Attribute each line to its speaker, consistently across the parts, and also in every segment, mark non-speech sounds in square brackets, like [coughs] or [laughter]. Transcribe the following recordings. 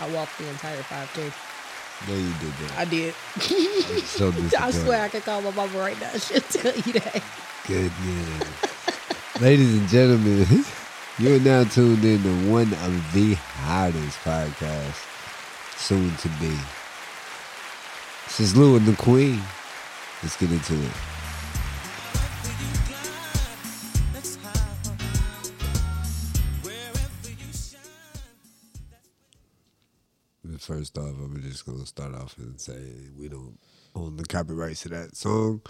Speaker 1: I walked the entire 5K.
Speaker 2: No, you did that.
Speaker 1: I did.
Speaker 2: I'm
Speaker 1: [laughs]
Speaker 2: so
Speaker 1: I
Speaker 2: disappointed.
Speaker 1: swear I could call my mama right now. [laughs] She'll tell you that.
Speaker 2: Goodness. Ladies and gentlemen, [laughs] you are now tuned in to one of the hottest podcasts soon to be. This is Lou and the Queen. Let's get into it. First off, I'm just gonna start off and say we don't own the copyrights to that song.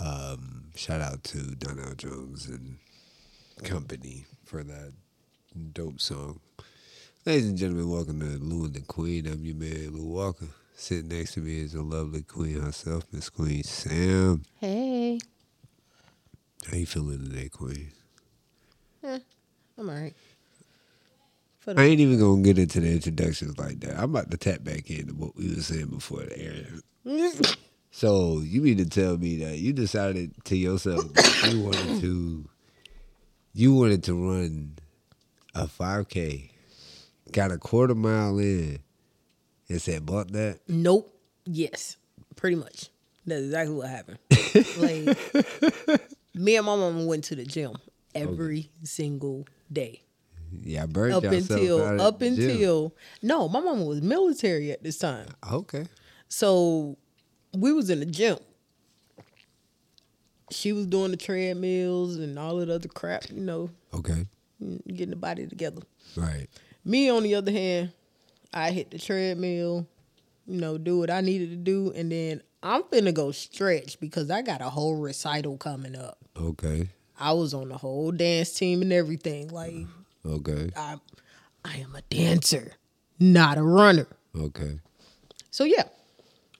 Speaker 2: Um, shout out to Donnell Jones and company for that dope song. Ladies and gentlemen, welcome to Lou and the Queen. I'm your man, Lou Walker. Sitting next to me is the lovely queen herself, Miss Queen Sam.
Speaker 1: Hey.
Speaker 2: How you feeling today, Queen?
Speaker 1: I'm all right. For
Speaker 2: I
Speaker 1: the,
Speaker 2: ain't even gonna get into the introductions like that. I'm about to tap back into what we were saying before the air.
Speaker 1: [laughs]
Speaker 2: So you mean to tell me that you decided to yourself that you wanted to you wanted to run a five K, got a quarter mile in and said, bought that?
Speaker 1: nope. Yes. Pretty much. That's exactly what
Speaker 2: [laughs]
Speaker 1: happened. like, me and my mama went to the gym every single day.
Speaker 2: Yeah, I burned
Speaker 1: Up
Speaker 2: yourself out of
Speaker 1: until
Speaker 2: the
Speaker 1: up
Speaker 2: gym.
Speaker 1: until no, my mama was military at this time.
Speaker 2: Okay.
Speaker 1: So we was in the gym. She was doing the treadmills and all of the other crap, you know,
Speaker 2: Okay.
Speaker 1: mm, getting the body together.
Speaker 2: Right.
Speaker 1: Me, on the other hand, I hit the treadmill, you know, do what I needed to do, and then I'm finna go stretch because I got a whole recital coming up.
Speaker 2: Okay.
Speaker 1: I was on the whole dance team and everything. Like
Speaker 2: Okay.
Speaker 1: I, I am a dancer, not a runner.
Speaker 2: Okay.
Speaker 1: So yeah,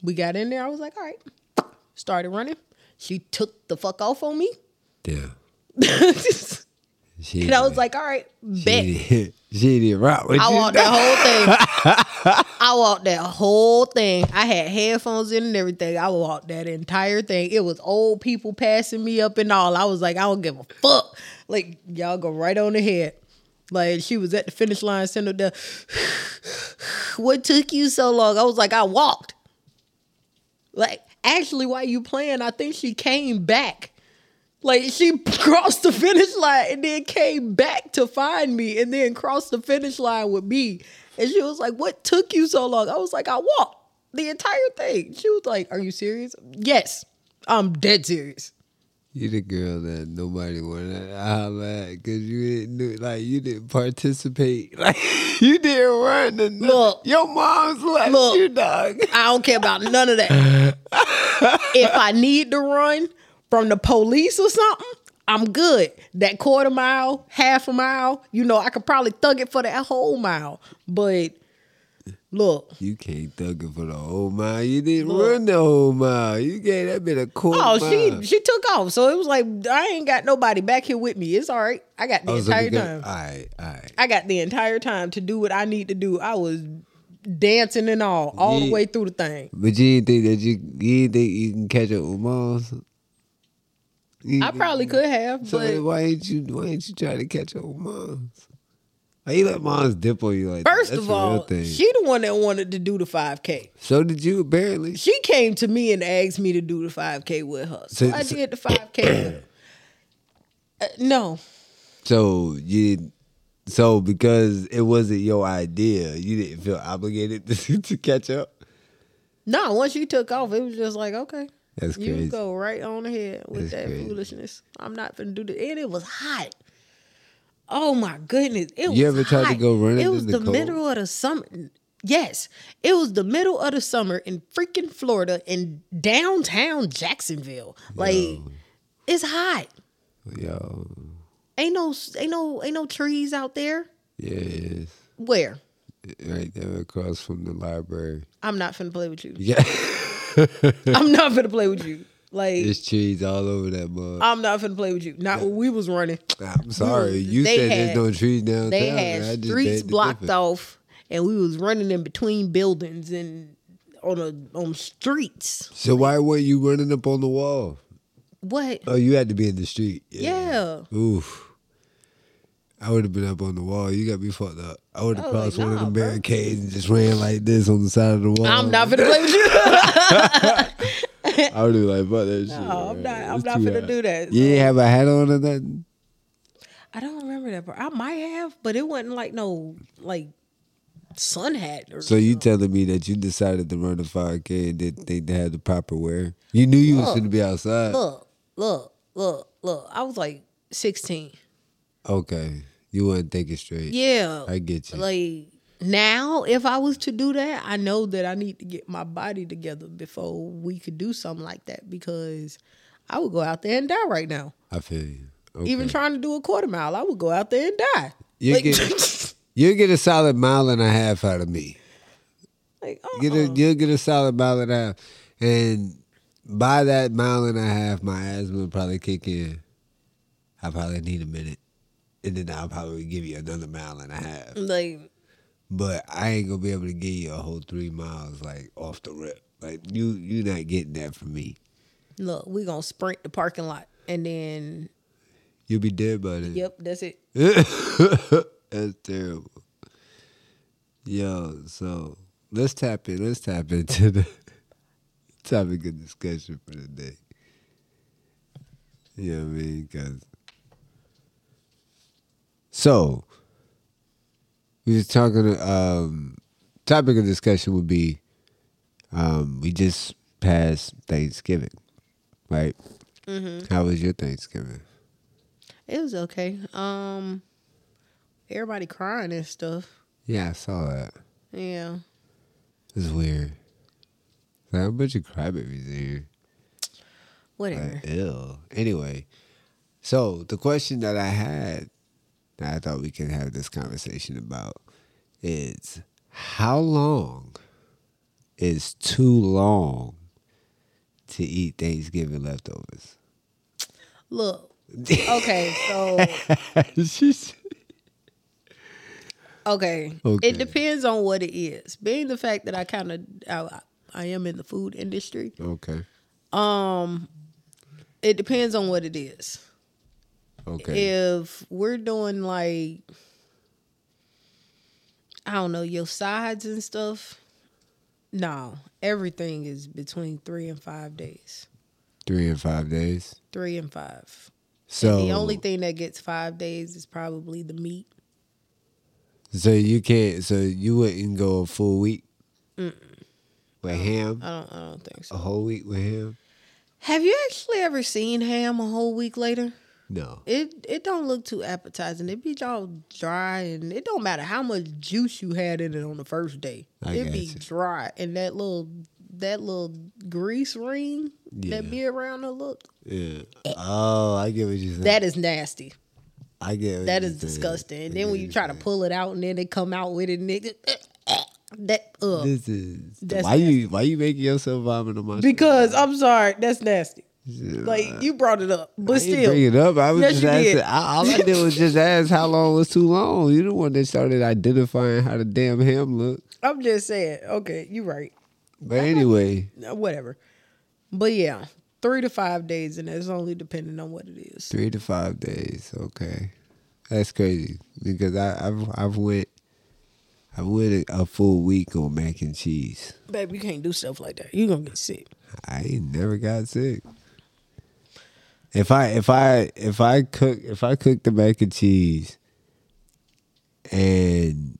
Speaker 1: we got in there. I was like, all right, started running. She took the fuck off on me, [laughs]
Speaker 2: Yeah.
Speaker 1: and
Speaker 2: She
Speaker 1: I was like, all right, bet.
Speaker 2: she, she didn't [laughs] rock with
Speaker 1: I
Speaker 2: you.
Speaker 1: walked that whole thing. I walked that whole thing. I had headphones in and everything. I walked that entire thing. It was old people passing me up and all. I was like, I don't give a fuck. Like y'all go right on ahead. Like she was at the finish line, sent her down. [sighs] what took you so long? I was like, I walked. Like actually, while you playing, I think she came back. Like she crossed the finish line and then came back to find me and then crossed the finish line with me. And she was like, What took you so long? I was like, I walked the entire thing. She was like, Are you serious? Yes, I'm dead serious.
Speaker 2: You the girl that nobody wanted to holler at because you didn't do like you didn't participate. [laughs] Like you didn't run the
Speaker 1: Look.
Speaker 2: Your mom's like
Speaker 1: Look.
Speaker 2: you dog.
Speaker 1: I don't care about none of that. if I need to run from the police or something, I'm good. That quarter mile, half a mile, you know, I could probably thug it for that whole mile. But look,
Speaker 2: [laughs] You can't thug it for the whole mile. You didn't run the whole mile. You gave that bit a quarter
Speaker 1: Oh,
Speaker 2: mile.
Speaker 1: she she took off. So it was like I ain't got nobody back here with me. It's all right. I got the
Speaker 2: Oh, so
Speaker 1: entire
Speaker 2: because-
Speaker 1: time.
Speaker 2: All right, all right.
Speaker 1: I got the entire time to do what I need to do. I was dancing and all, all the
Speaker 2: Yeah.
Speaker 1: way through the thing.
Speaker 2: But you didn't think that you you didn't think you can catch up with moms. You-
Speaker 1: I probably could have,
Speaker 2: So then
Speaker 1: but
Speaker 2: why ain't you why ain't you trying to catch up with moms? Why you let moms dip on you like that?
Speaker 1: first
Speaker 2: That's
Speaker 1: of
Speaker 2: a real
Speaker 1: all,
Speaker 2: thing.
Speaker 1: she the one that wanted to do the five k.
Speaker 2: so did you apparently.
Speaker 1: She came to me and asked me to do the five k with her. So
Speaker 2: So-
Speaker 1: I
Speaker 2: so-
Speaker 1: did the five k. with
Speaker 2: [coughs]
Speaker 1: her. Uh, no,
Speaker 2: So you, so because it wasn't your idea, you didn't feel obligated [laughs] to, to catch up.
Speaker 1: no. Once she took off, it was just like okay.
Speaker 2: That's
Speaker 1: You
Speaker 2: crazy.
Speaker 1: go right on ahead with
Speaker 2: That's
Speaker 1: that
Speaker 2: crazy.
Speaker 1: foolishness. I'm not finna do this. And it was hot. Oh my goodness. It was
Speaker 2: You ever tried to
Speaker 1: hot.
Speaker 2: go running
Speaker 1: It
Speaker 2: in
Speaker 1: was
Speaker 2: the
Speaker 1: the,
Speaker 2: cold?
Speaker 1: middle of the summer. Yes. It was the middle of the summer in freaking Florida in downtown Jacksonville. Like it's hot.
Speaker 2: Yo,
Speaker 1: Ain't no ain't no ain't no trees out there.
Speaker 2: yeah, it is.
Speaker 1: Where?
Speaker 2: right there across from the library.
Speaker 1: I'm not finna play with
Speaker 2: [laughs]
Speaker 1: you.
Speaker 2: Yeah,
Speaker 1: I'm not finna play with you. Like
Speaker 2: there's trees all over that mug.
Speaker 1: I'm not finna play with you. Not when we was running.
Speaker 2: I'm sorry, you
Speaker 1: they
Speaker 2: said
Speaker 1: had-
Speaker 2: there's no trees downtown.
Speaker 1: they
Speaker 2: I
Speaker 1: had
Speaker 2: just
Speaker 1: streets
Speaker 2: beg to
Speaker 1: blocked
Speaker 2: differ.
Speaker 1: off and we was running in between buildings and on a on streets
Speaker 2: So why weren't you running up on the wall?
Speaker 1: what
Speaker 2: Oh, you had to be in the street.
Speaker 1: yeah
Speaker 2: Oof. I would have been up on the wall. You got me fucked up. I would have
Speaker 1: I was
Speaker 2: crossed
Speaker 1: like,
Speaker 2: one of
Speaker 1: nah,
Speaker 2: the
Speaker 1: bro.
Speaker 2: barricades and just ran like this on the side of the wall.
Speaker 1: I'm not finna play with you.
Speaker 2: I would have like, fuck that shit.
Speaker 1: No, I'm
Speaker 2: man.
Speaker 1: not. I'm
Speaker 2: It's
Speaker 1: not
Speaker 2: too
Speaker 1: finna
Speaker 2: hot.
Speaker 1: do that.
Speaker 2: You didn't have a hat on or nothing?
Speaker 1: [laughs] I don't remember that part. I might have, but it wasn't like no like sun hat. Or,
Speaker 2: So you telling me that you decided to run the 5K and didn't think they had the proper wear? You knew you was
Speaker 1: Look.
Speaker 2: going to be outside.
Speaker 1: look, look, look, look. I was like 16.
Speaker 2: Okay. You wasn't thinking straight.
Speaker 1: Yeah.
Speaker 2: I get you.
Speaker 1: Like now, if I was to do that, I know that I need to get my body together before we could do something like that because I would go out there and die right now.
Speaker 2: I feel you. Okay.
Speaker 1: Even trying to do a quarter mile, I would go out there and die.
Speaker 2: You
Speaker 1: like, [laughs]
Speaker 2: get- You'll get a solid mile and a half out of me.
Speaker 1: like,
Speaker 2: Get a,
Speaker 1: uh-uh.
Speaker 2: you'll get a solid mile and a half. And by that mile and a half, my asthma will probably kick in. I probably need a minute. And then I'll probably give you another mile and a half.
Speaker 1: like
Speaker 2: But I ain't gonna be able to give you a whole three miles like off the rip. Like you you not getting that from me.
Speaker 1: look, we gonna sprint the parking lot and then
Speaker 2: You'll be dead by then.
Speaker 1: yep, that's it.
Speaker 2: [laughs] That's terrible. Yo, so let's tap in. Let's tap into the [laughs] topic of discussion for today. You know what I mean? 'Cause- so we was talking. Um, topic of discussion would be um, we just passed Thanksgiving, right? How was your Thanksgiving?
Speaker 1: It was okay. Um everybody crying and stuff.
Speaker 2: Yeah, I saw that.
Speaker 1: Yeah.
Speaker 2: It's weird. Like, a bunch of crybabies here.
Speaker 1: Whatever.
Speaker 2: Like, ew. Anyway, so the question that I had that I thought we can have this conversation about is how long is too long to eat Thanksgiving leftovers? [laughs]
Speaker 1: Look. Okay, so
Speaker 2: She said-
Speaker 1: Okay.
Speaker 2: Okay.
Speaker 1: It depends on what it is. Being the fact that I kind of I, I am in the food industry,
Speaker 2: okay.
Speaker 1: um, it depends on what it is.
Speaker 2: Okay.
Speaker 1: If we're doing like I don't know your sides and stuff, no, everything is between three and five days.
Speaker 2: Three and five days.
Speaker 1: Three and five.
Speaker 2: So
Speaker 1: The only thing that gets five days is probably the meat.
Speaker 2: So you can't. So you wouldn't go a full week with ham.
Speaker 1: I don't. I don't think so.
Speaker 2: A whole week with ham?
Speaker 1: Have you actually ever seen ham a whole week later?
Speaker 2: No.
Speaker 1: It it don't look too appetizing. It be all dry, and it don't matter how much juice you had in it on the first day.
Speaker 2: I
Speaker 1: it be
Speaker 2: gotcha.
Speaker 1: dry, and that little that little grease ring
Speaker 2: Yeah.
Speaker 1: that be around the look
Speaker 2: Yeah. Oh, I get what you're saying.
Speaker 1: Eh. that is nasty.
Speaker 2: I get. What
Speaker 1: That
Speaker 2: you're
Speaker 1: is
Speaker 2: saying.
Speaker 1: disgusting. And then
Speaker 2: I get
Speaker 1: when
Speaker 2: what
Speaker 1: you
Speaker 2: you're
Speaker 1: try to
Speaker 2: saying.
Speaker 1: pull it out, and then they come out with it, nigga. eh, That uh,
Speaker 2: This is
Speaker 1: That's
Speaker 2: why you why you making yourself vomit on my
Speaker 1: because I'm sorry, that's nasty.
Speaker 2: shit?
Speaker 1: Like you brought it up,
Speaker 2: I
Speaker 1: but
Speaker 2: didn't bring
Speaker 1: still,
Speaker 2: it up. I was
Speaker 1: Yes,
Speaker 2: just
Speaker 1: you
Speaker 2: asking.
Speaker 1: did.
Speaker 2: I, all I did was just ask how long was too long. You the one that started identifying how the damn ham looked.
Speaker 1: I'm just saying. Okay, you right. [laughs]
Speaker 2: But anyway,
Speaker 1: Uh, whatever. But yeah, three to five days, and that's only depending on what it is.
Speaker 2: Three to five days. Okay, that's crazy because I, I've I've went I went a full week on mac and cheese.
Speaker 1: Baby, you can't do stuff like that. You're gonna get sick.
Speaker 2: I ain't never got sick. If I if I if I cook if I cook the mac and cheese and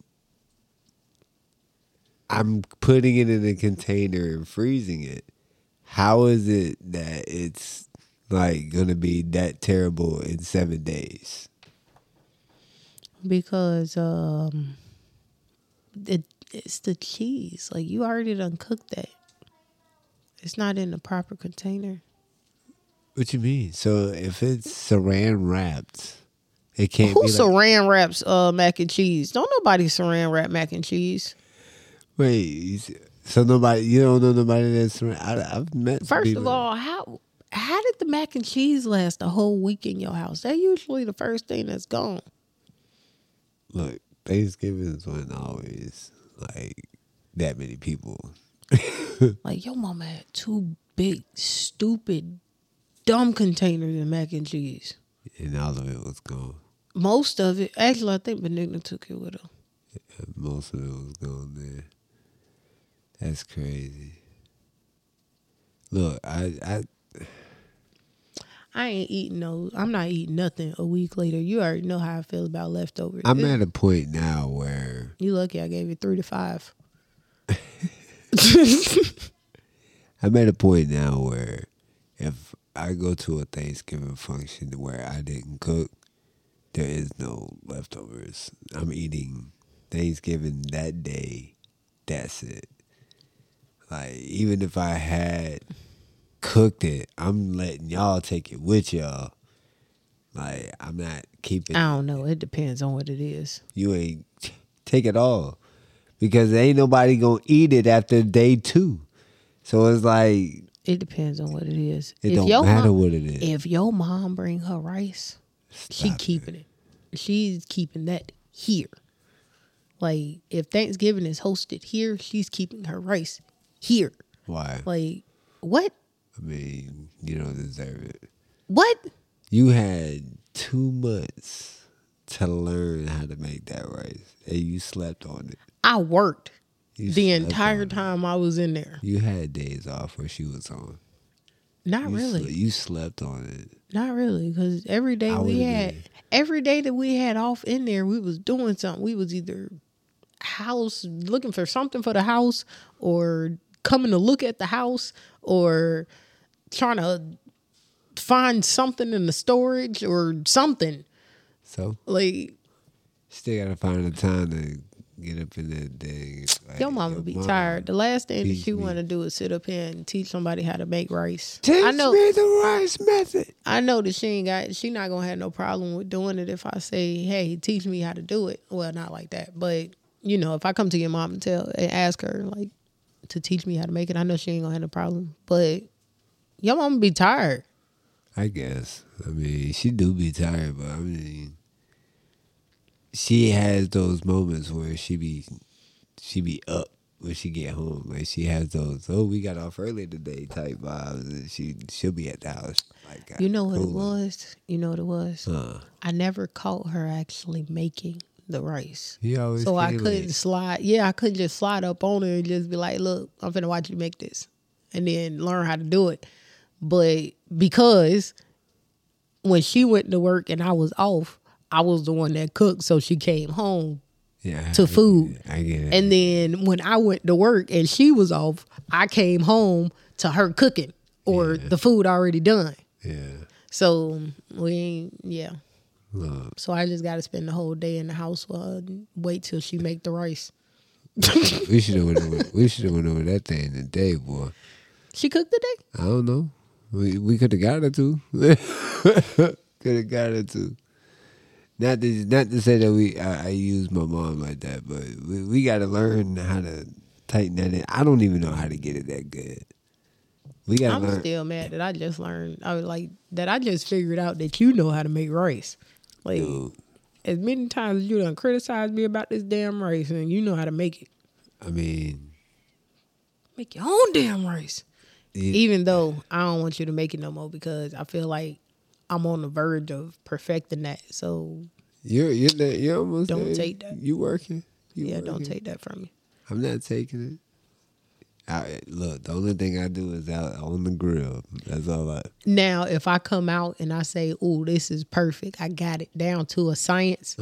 Speaker 2: I'm putting it in a container and freezing it, how is it that it's like gonna be that terrible in seven days?
Speaker 1: Because um it, it's the cheese. Like you already done cooked that. It's not in the proper container.
Speaker 2: What you mean? So if it's saran wrapped, it can't
Speaker 1: Who
Speaker 2: be like,
Speaker 1: saran wraps uh mac and cheese? Don't nobody saran wrap mac and cheese.
Speaker 2: wait. you s- So nobody, you don't know nobody that's saran. I, I've met some
Speaker 1: First of
Speaker 2: people-
Speaker 1: all, how how did the mac and cheese last a whole week in your house? They're usually the first thing that's gone.
Speaker 2: look, Thanksgivings wasn't always like that many people.
Speaker 1: Like your mama had two big, stupid, dumb containers of mac and cheese.
Speaker 2: And all of it was gone.
Speaker 1: Most of it, actually, I think Benigna took it with her.
Speaker 2: Most of it was gone there. That's crazy. Look, I, I
Speaker 1: I ain't eating no. I'm not eating nothing a week later. You already know how I feel about leftovers.
Speaker 2: I'm
Speaker 1: It-
Speaker 2: at a point now where
Speaker 1: you lucky I gave you three to
Speaker 2: [laughs]
Speaker 1: five.
Speaker 2: I'm at a point now where if I go to a Thanksgiving function where I didn't cook, there is no leftovers. I'm eating Thanksgiving that day. That's it. Like even if I had cooked it, I'm letting y'all take it with y'all. Like I'm not keeping
Speaker 1: I don't know. It depends on what it is.
Speaker 2: you ain't take it all because ain't nobody gonna eat it after day two. So it's like
Speaker 1: It depends on what it is.
Speaker 2: It don't matter
Speaker 1: mom,
Speaker 2: what it is.
Speaker 1: If your mom bring her rice, she
Speaker 2: Stop it.
Speaker 1: keeping it. She's keeping that here. Like if Thanksgiving is hosted here, she's keeping her rice here.
Speaker 2: Why?
Speaker 1: Like what?
Speaker 2: I mean, you don't deserve it.
Speaker 1: What?
Speaker 2: You had two months to learn how to make that rice, and you slept on it.
Speaker 1: I worked
Speaker 2: You
Speaker 1: the
Speaker 2: slept on
Speaker 1: entire
Speaker 2: it.
Speaker 1: time I was in there.
Speaker 2: You had days off where she was on.
Speaker 1: Not
Speaker 2: You
Speaker 1: really.
Speaker 2: sle- you slept on it.
Speaker 1: Not really, because every day
Speaker 2: I
Speaker 1: we
Speaker 2: would've
Speaker 1: had,
Speaker 2: did.
Speaker 1: every day that we had off in there, we was doing something. We was either house looking for something for the house, or coming to look at the house, or trying to find something in the storage or something.
Speaker 2: So
Speaker 1: Like
Speaker 2: still gotta find the time to get up in that thing. Like,
Speaker 1: your mama
Speaker 2: yo,
Speaker 1: be
Speaker 2: Mom,
Speaker 1: tired. The last thing that
Speaker 2: teach
Speaker 1: you
Speaker 2: me.
Speaker 1: want to do is sit up here and teach somebody how to make rice.
Speaker 2: Teach
Speaker 1: I know.
Speaker 2: me the rice method.
Speaker 1: I know that she ain't got she not gonna have no problem with doing it if I say, Hey, teach me how to do it. Well, not like that. But, you know, if I come to your mom and tell and ask her like to teach me how to make it, I know she ain't gonna have no problem. But your mom be tired.
Speaker 2: I guess. I mean, she do be tired, but I mean, she has those moments where she be, she be up when she get home. Like she has those, oh, we got off early today type vibes, and she she'll be at the house. Like
Speaker 1: You know what it
Speaker 2: cool.
Speaker 1: was? You know what it was?
Speaker 2: Huh.
Speaker 1: I never caught her actually making the rice.
Speaker 2: He always
Speaker 1: So I
Speaker 2: came
Speaker 1: couldn't
Speaker 2: late.
Speaker 1: slide yeah, I couldn't just slide up on her and just be like, Look, I'm finna watch you make this and then learn how to do it. But because when she went to work and I was off, I was the one that cooked, so she came home.
Speaker 2: yeah,
Speaker 1: to
Speaker 2: I-
Speaker 1: food.
Speaker 2: I get it.
Speaker 1: And then when I went to work and she was off, I came home to her cooking or the food already done.
Speaker 2: yeah,
Speaker 1: So we ain't yeah.
Speaker 2: look,
Speaker 1: So I just got to spend the whole day in the house while wait till she make the rice.
Speaker 2: we should have went over. we should have went over that thing today, boy.
Speaker 1: She cooked today.
Speaker 2: I don't know. We we could have got her [laughs] to. could have got her to. Not to not to say that we I, I use my mom like that, but we, we got to learn how to tighten that in. I don't even know how to get it that good. We got
Speaker 1: I'm
Speaker 2: to learn.
Speaker 1: still mad that I just learned. I was like that I just figured out that you know how to make rice. Like
Speaker 2: Dude,
Speaker 1: as many times as you done criticized me about this damn rice, and you know how to make it.
Speaker 2: I mean,
Speaker 1: Make your own damn rice.
Speaker 2: Yeah.
Speaker 1: Even though I don't want you to make it no more because I feel like I'm on the verge of perfecting that. So
Speaker 2: you're you're not, you're almost
Speaker 1: Don't
Speaker 2: there.
Speaker 1: take that.
Speaker 2: You working? You
Speaker 1: yeah, don't
Speaker 2: working.
Speaker 1: take that from me.
Speaker 2: I'm not taking it. I, look, the only thing I do is out on the grill. That's all I.
Speaker 1: Now, if I come out and I say, "Oh, this is perfect. I got it down to a science,"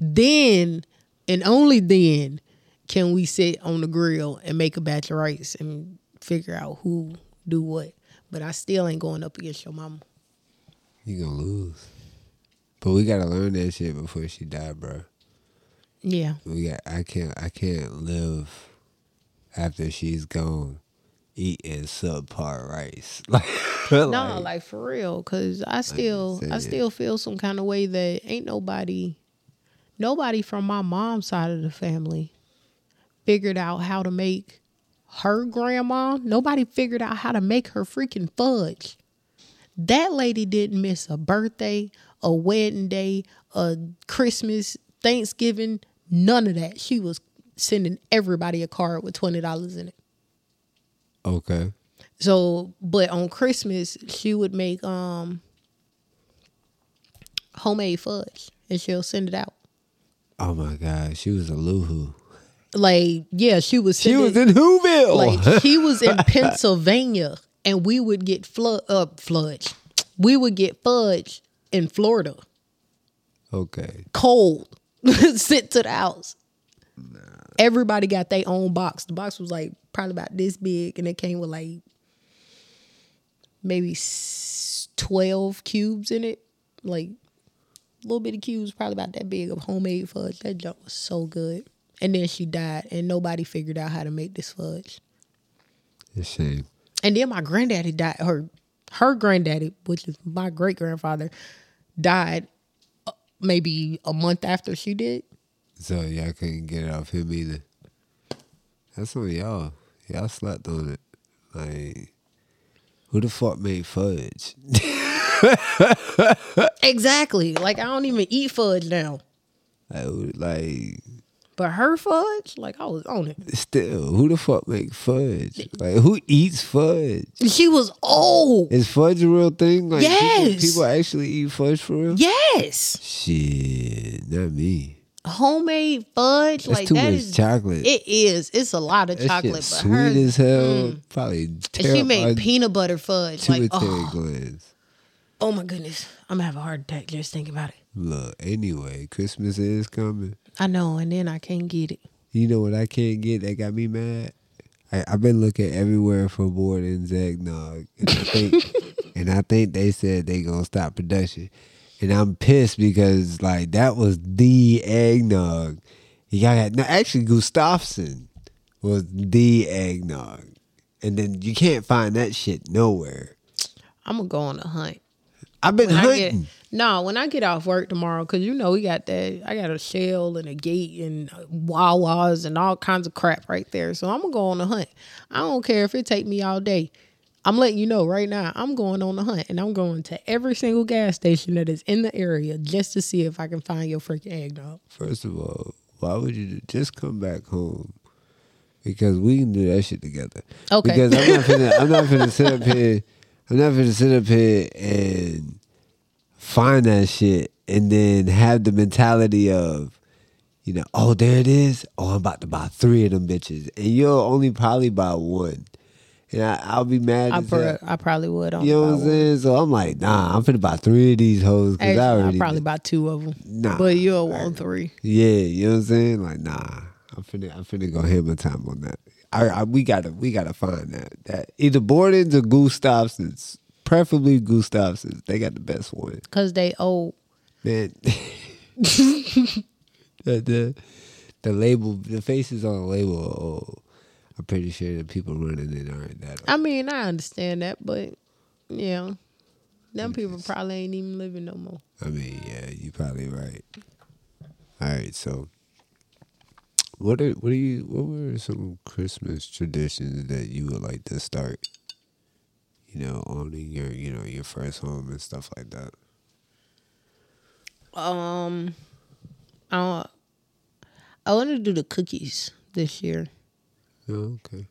Speaker 1: then and only then can we sit on the grill and make a batch of rice and figure out who do what. But I still ain't going up against your mama.
Speaker 2: You gonna lose. But we gotta learn that shit before she die, bro.
Speaker 1: Yeah,
Speaker 2: We got. I can't. I can't live after she's gone, eating subpar rice. [laughs] Like,
Speaker 1: no, like for real, cause I still, I
Speaker 2: saying.
Speaker 1: still feel some kind of way that ain't nobody, nobody from my mom's side of the family figured out how to make her grandma. Nobody figured out how to make her freaking fudge. That lady didn't miss a birthday, a wedding day, a Christmas, Thanksgiving, none of that. She was sending everybody a card with twenty dollars in it.
Speaker 2: okay.
Speaker 1: So, but on Christmas, she would make um homemade fudge and she'll send it out.
Speaker 2: Oh my God, she was a luhu.
Speaker 1: Like, yeah, she was.
Speaker 2: She was
Speaker 1: sending-
Speaker 2: in Whoville.
Speaker 1: like she was in Pennsylvania, and we would get flood up fludge. We would get fudge in Florida,
Speaker 2: [laughs] okay,
Speaker 1: cold, [laughs] sent to the house. Everybody got their own box. The box was like probably about this big, and it came with like maybe s- twelve cubes in it, like little bitty cubes, probably about that big of homemade fudge. That junk was so good. And then she died, and nobody figured out how to make this fudge.
Speaker 2: it's a shame.
Speaker 1: And then my granddaddy died. Her her granddaddy, which is my great grandfather, died uh, maybe a month after she did.
Speaker 2: So y'all couldn't get it off him either. That's on y'all. Y'all slept on it. Like, who the fuck made fudge?
Speaker 1: Exactly. Like I don't even eat fudge now.
Speaker 2: Like, who- like,
Speaker 1: But her fudge, like I was on it.
Speaker 2: still, who the fuck make fudge? Like, who eats fudge?
Speaker 1: She was old.
Speaker 2: Is fudge a real thing? Like, people-
Speaker 1: Yes.
Speaker 2: People, actually eat fudge for real?
Speaker 1: Yes.
Speaker 2: Shit, not me.
Speaker 1: Homemade fudge.
Speaker 2: That's
Speaker 1: like
Speaker 2: too
Speaker 1: that
Speaker 2: much
Speaker 1: is
Speaker 2: chocolate.
Speaker 1: it is. It's a lot of
Speaker 2: that
Speaker 1: chocolate,
Speaker 2: shit
Speaker 1: but
Speaker 2: sweet
Speaker 1: her mm.
Speaker 2: as hell. Probably
Speaker 1: and she
Speaker 2: terrifying
Speaker 1: made peanut butter fudge.
Speaker 2: pituitary
Speaker 1: Like oh,
Speaker 2: glands.
Speaker 1: oh my goodness. I'm gonna have a heart attack just thinking about it.
Speaker 2: Look, anyway, Christmas is coming.
Speaker 1: I know, and then I can't get it.
Speaker 2: You know what I can't get that got me mad? I, I've been looking everywhere for board and eggnog, and I
Speaker 1: [laughs]
Speaker 2: think, and I think they said they gonna stop production, and I'm pissed because like that was the eggnog. You got no, actually Gustafson was the eggnog, and then you can't find that shit nowhere.
Speaker 1: I'm gonna go on a hunt.
Speaker 2: I've been
Speaker 1: When I get
Speaker 2: hunting.
Speaker 1: no, when I get off work tomorrow, cause you know we got that. I got a shell and a gate and uh, Wawas and all kinds of crap right there. So I'm gonna go on a hunt. I don't care if it take me all day. I'm letting you know right now. I'm going on a hunt and I'm going to every single gas station that is in the area just to see if I can find your freaking eggnog.
Speaker 2: First of all, why would you do- just come back home? Because we can do that shit together.
Speaker 1: Okay.
Speaker 2: Because I'm not finna, I'm not finna sit
Speaker 1: [laughs]
Speaker 2: up here. I'm not finna sit up here and find that shit and then have the mentality of, you know, oh there it is. Oh, I'm about to buy three of them bitches, and you'll only probably buy one, and I, I'll be mad.
Speaker 1: I
Speaker 2: as hell.
Speaker 1: pro- I probably would. On
Speaker 2: You know what I'm saying? So I'm like, nah, I'm finna buy three of these hoes because I
Speaker 1: Actually, I
Speaker 2: already
Speaker 1: probably buy two of them.
Speaker 2: Nah.
Speaker 1: but you'll want three.
Speaker 2: yeah, you know what I'm saying? Like, nah, I'm finna, I'm finna go hammer time on that. I, I we gotta, we gotta find that. That either Borden's or Gustafson's, preferably Gustafson's. They got the best one,
Speaker 1: Cause they old.
Speaker 2: man. [laughs] the, the the label, the faces on the label. are old. I'm pretty sure the people running it aren't that. Old.
Speaker 1: I mean, I understand that, but yeah, them people probably ain't even living no more.
Speaker 2: I mean, yeah, you probably right. All right, so what are what are you what were some Christmas traditions that you would like to start? You know, owning your you know your first home and stuff like that.
Speaker 1: Um, I don't- I want to do the cookies this year.
Speaker 2: Oh, okay.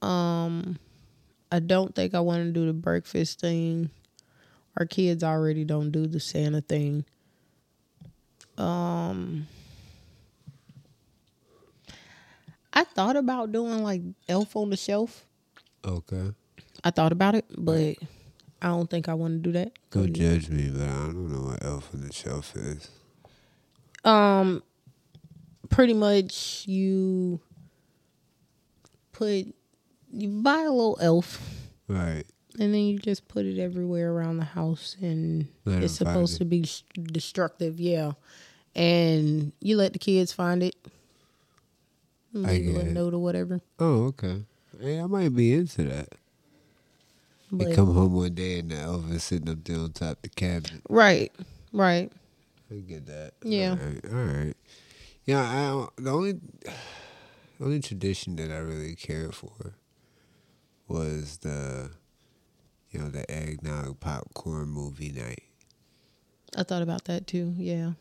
Speaker 1: I don't think I want to do the breakfast thing. Our kids already don't do the Santa thing. Um, I thought about doing like Elf on the Shelf.
Speaker 2: Okay.
Speaker 1: I thought about it, but I don't think I want to do that.
Speaker 2: Go judge me, but I don't know what Elf on the Shelf is.
Speaker 1: um pretty much you put you buy a little elf
Speaker 2: Right.
Speaker 1: and then you just put it everywhere around the house and
Speaker 2: Let 'em
Speaker 1: it's
Speaker 2: find
Speaker 1: supposed
Speaker 2: it.
Speaker 1: to be s- destructive yeah and you let the kids find it leave
Speaker 2: get
Speaker 1: a
Speaker 2: it.
Speaker 1: note or whatever
Speaker 2: Oh, okay. Hey, I might be into that.
Speaker 1: but,
Speaker 2: you come home one day and the elf is sitting up there on top of the cabinet.
Speaker 1: right right
Speaker 2: I get that.
Speaker 1: Yeah.
Speaker 2: All right. All right. Yeah. I don't- the only the only tradition that I really cared for was the you know the eggnog popcorn movie night.
Speaker 1: i thought about that too yeah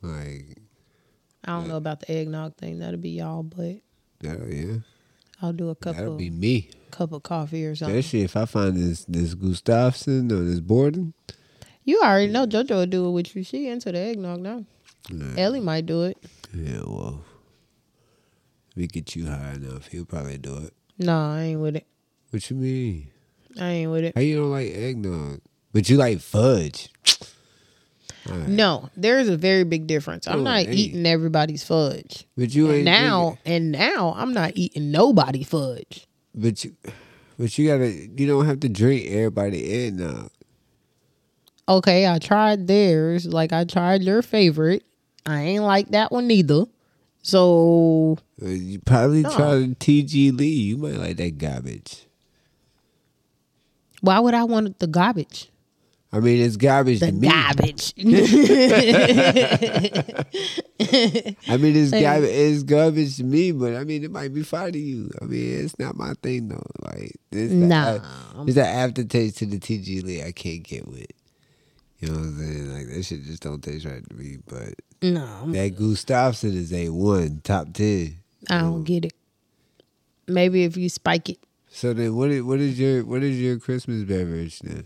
Speaker 2: Like,
Speaker 1: i don't know about the eggnog thing that'll be y'all but
Speaker 2: that'll, yeah,
Speaker 1: i'll do a cup
Speaker 2: that'll
Speaker 1: of
Speaker 2: be me.
Speaker 1: cup of coffee or something
Speaker 2: Especially if I find this this Gustafson or this Borden.
Speaker 1: You already know JoJo will do it with you. She into the eggnog now.
Speaker 2: Yeah.
Speaker 1: Ellie might do it.
Speaker 2: Yeah, well, if we get you high enough, he'll probably do it.
Speaker 1: Nah, I ain't with it.
Speaker 2: What you mean?
Speaker 1: I ain't with it.
Speaker 2: How you don't like eggnog? But you like fudge.
Speaker 1: No, there's a very big difference. I'm
Speaker 2: Oh,
Speaker 1: not
Speaker 2: hey.
Speaker 1: eating everybody's fudge.
Speaker 2: But you ain't
Speaker 1: And now
Speaker 2: nigga-
Speaker 1: and now I'm not eating nobody fudge.
Speaker 2: But you, but you gotta. You don't have to drink everybody eggnog.
Speaker 1: Okay, I tried theirs. Like I tried your favorite. I ain't like that one either. So
Speaker 2: Uh, You probably
Speaker 1: No.
Speaker 2: try the TG Lee. You might like that garbage.
Speaker 1: why would I want the garbage?
Speaker 2: I mean, it's garbage
Speaker 1: The
Speaker 2: to me. [laughs]
Speaker 1: garbage.
Speaker 2: I mean, it's garbage. It's garbage to me, but I mean, it might be fine to you. I mean, it's not my thing though. Like, it's the,
Speaker 1: Nah.
Speaker 2: it's that aftertaste to the TG Lee I can't get with. You know what I'm saying? Like that shit just don't taste right to me. But
Speaker 1: [laughs] no,
Speaker 2: that Gustafson is a one top ten.
Speaker 1: I
Speaker 2: Oh.
Speaker 1: don't get it. Maybe if you spike it.
Speaker 2: So then, what is what is your what is your Christmas beverage then?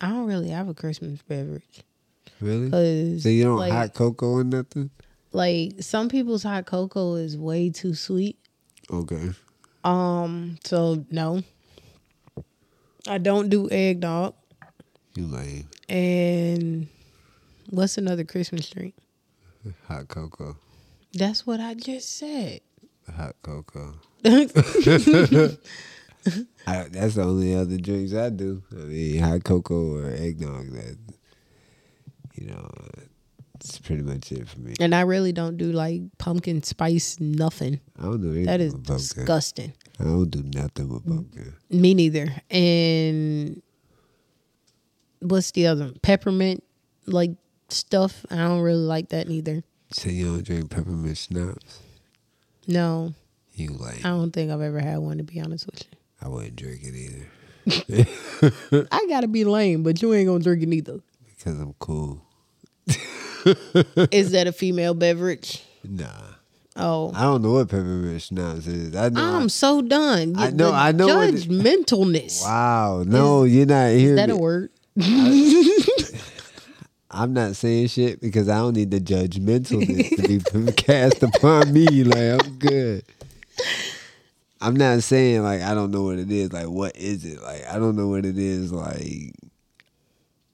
Speaker 1: I don't really have a Christmas beverage.
Speaker 2: Really?
Speaker 1: 'Cause,
Speaker 2: So you don't
Speaker 1: Uh, like-
Speaker 2: hot cocoa and nothing?
Speaker 1: Like some people's hot cocoa is way too sweet.
Speaker 2: Okay.
Speaker 1: Um, so no. I don't do eggnog.
Speaker 2: You lame.
Speaker 1: And what's another Christmas drink?
Speaker 2: Hot cocoa.
Speaker 1: That's what I just said.
Speaker 2: Hot
Speaker 1: [laughs]
Speaker 2: cocoa. I, that's the only other drinks I do. I mean, hot cocoa or eggnog. That you know, it's pretty much it for me.
Speaker 1: and I really don't do like pumpkin spice nothing.
Speaker 2: I don't do anything
Speaker 1: That is
Speaker 2: with pumpkin.
Speaker 1: disgusting. Mm.
Speaker 2: I don't do nothing with pumpkin.
Speaker 1: Me neither. And what's the other one? peppermint like stuff? I don't really like that neither.
Speaker 2: So you don't drink peppermint schnapps?
Speaker 1: No,
Speaker 2: You like?
Speaker 1: I don't think I've ever had one to be honest with you.
Speaker 2: I wouldn't drink it either
Speaker 1: I gotta be lame, but you ain't gonna drink it neither.
Speaker 2: because I'm cool.
Speaker 1: [laughs] Is that a female beverage?
Speaker 2: Nah,
Speaker 1: Oh,
Speaker 2: I don't know what peppermint schnapps is. I know.
Speaker 1: I'm so done.
Speaker 2: I know- I know what it-
Speaker 1: Judgmentalness.
Speaker 2: wow, no, you're not
Speaker 1: Is
Speaker 2: hearing
Speaker 1: that
Speaker 2: me.
Speaker 1: a word?
Speaker 2: I'm not saying shit because I don't need the judgmentalness to
Speaker 1: [laughs]
Speaker 2: be cast upon me. Like I'm good. I'm not saying like I don't know what it is. Like what is it? Like I don't know what it is. Like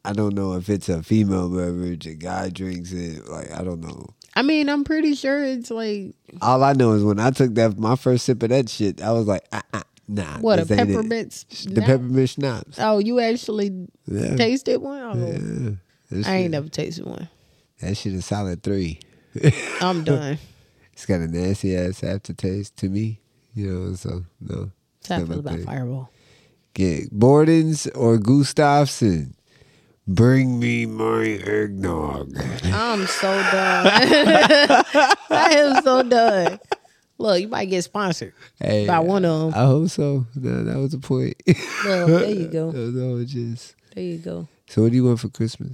Speaker 2: I don't know if it's a female beverage. A guy drinks it. Like I don't know.
Speaker 1: I mean, I'm pretty sure it's like
Speaker 2: All I know is when I took that my first sip of that shit, I was like, ah, ah, nah.
Speaker 1: what a
Speaker 2: this ain't it.
Speaker 1: peppermint.
Speaker 2: The
Speaker 1: snap-
Speaker 2: peppermint schnapps.
Speaker 1: Oh, you actually
Speaker 2: Yeah.
Speaker 1: tasted one? Oh,
Speaker 2: Yeah. That
Speaker 1: I ain't
Speaker 2: shit-
Speaker 1: never tasted one.
Speaker 2: That shit is solid three. [laughs]
Speaker 1: I'm done.
Speaker 2: It's got a nasty ass aftertaste to me. You know, so no.
Speaker 1: That's how I
Speaker 2: It's not
Speaker 1: feel
Speaker 2: my
Speaker 1: about
Speaker 2: thing. [laughs]
Speaker 1: Fireball.
Speaker 2: Get Borden's or Gustafson. Bring me my eggnog.
Speaker 1: I'm so done. [laughs] I am so done. Look, you might get sponsored
Speaker 2: Hey,
Speaker 1: by one of them.
Speaker 2: I hope so. No, that was the point. [laughs]
Speaker 1: Look, there you
Speaker 2: that [laughs]
Speaker 1: go.
Speaker 2: was all just.
Speaker 1: There you go.
Speaker 2: So, what do you want for Christmas?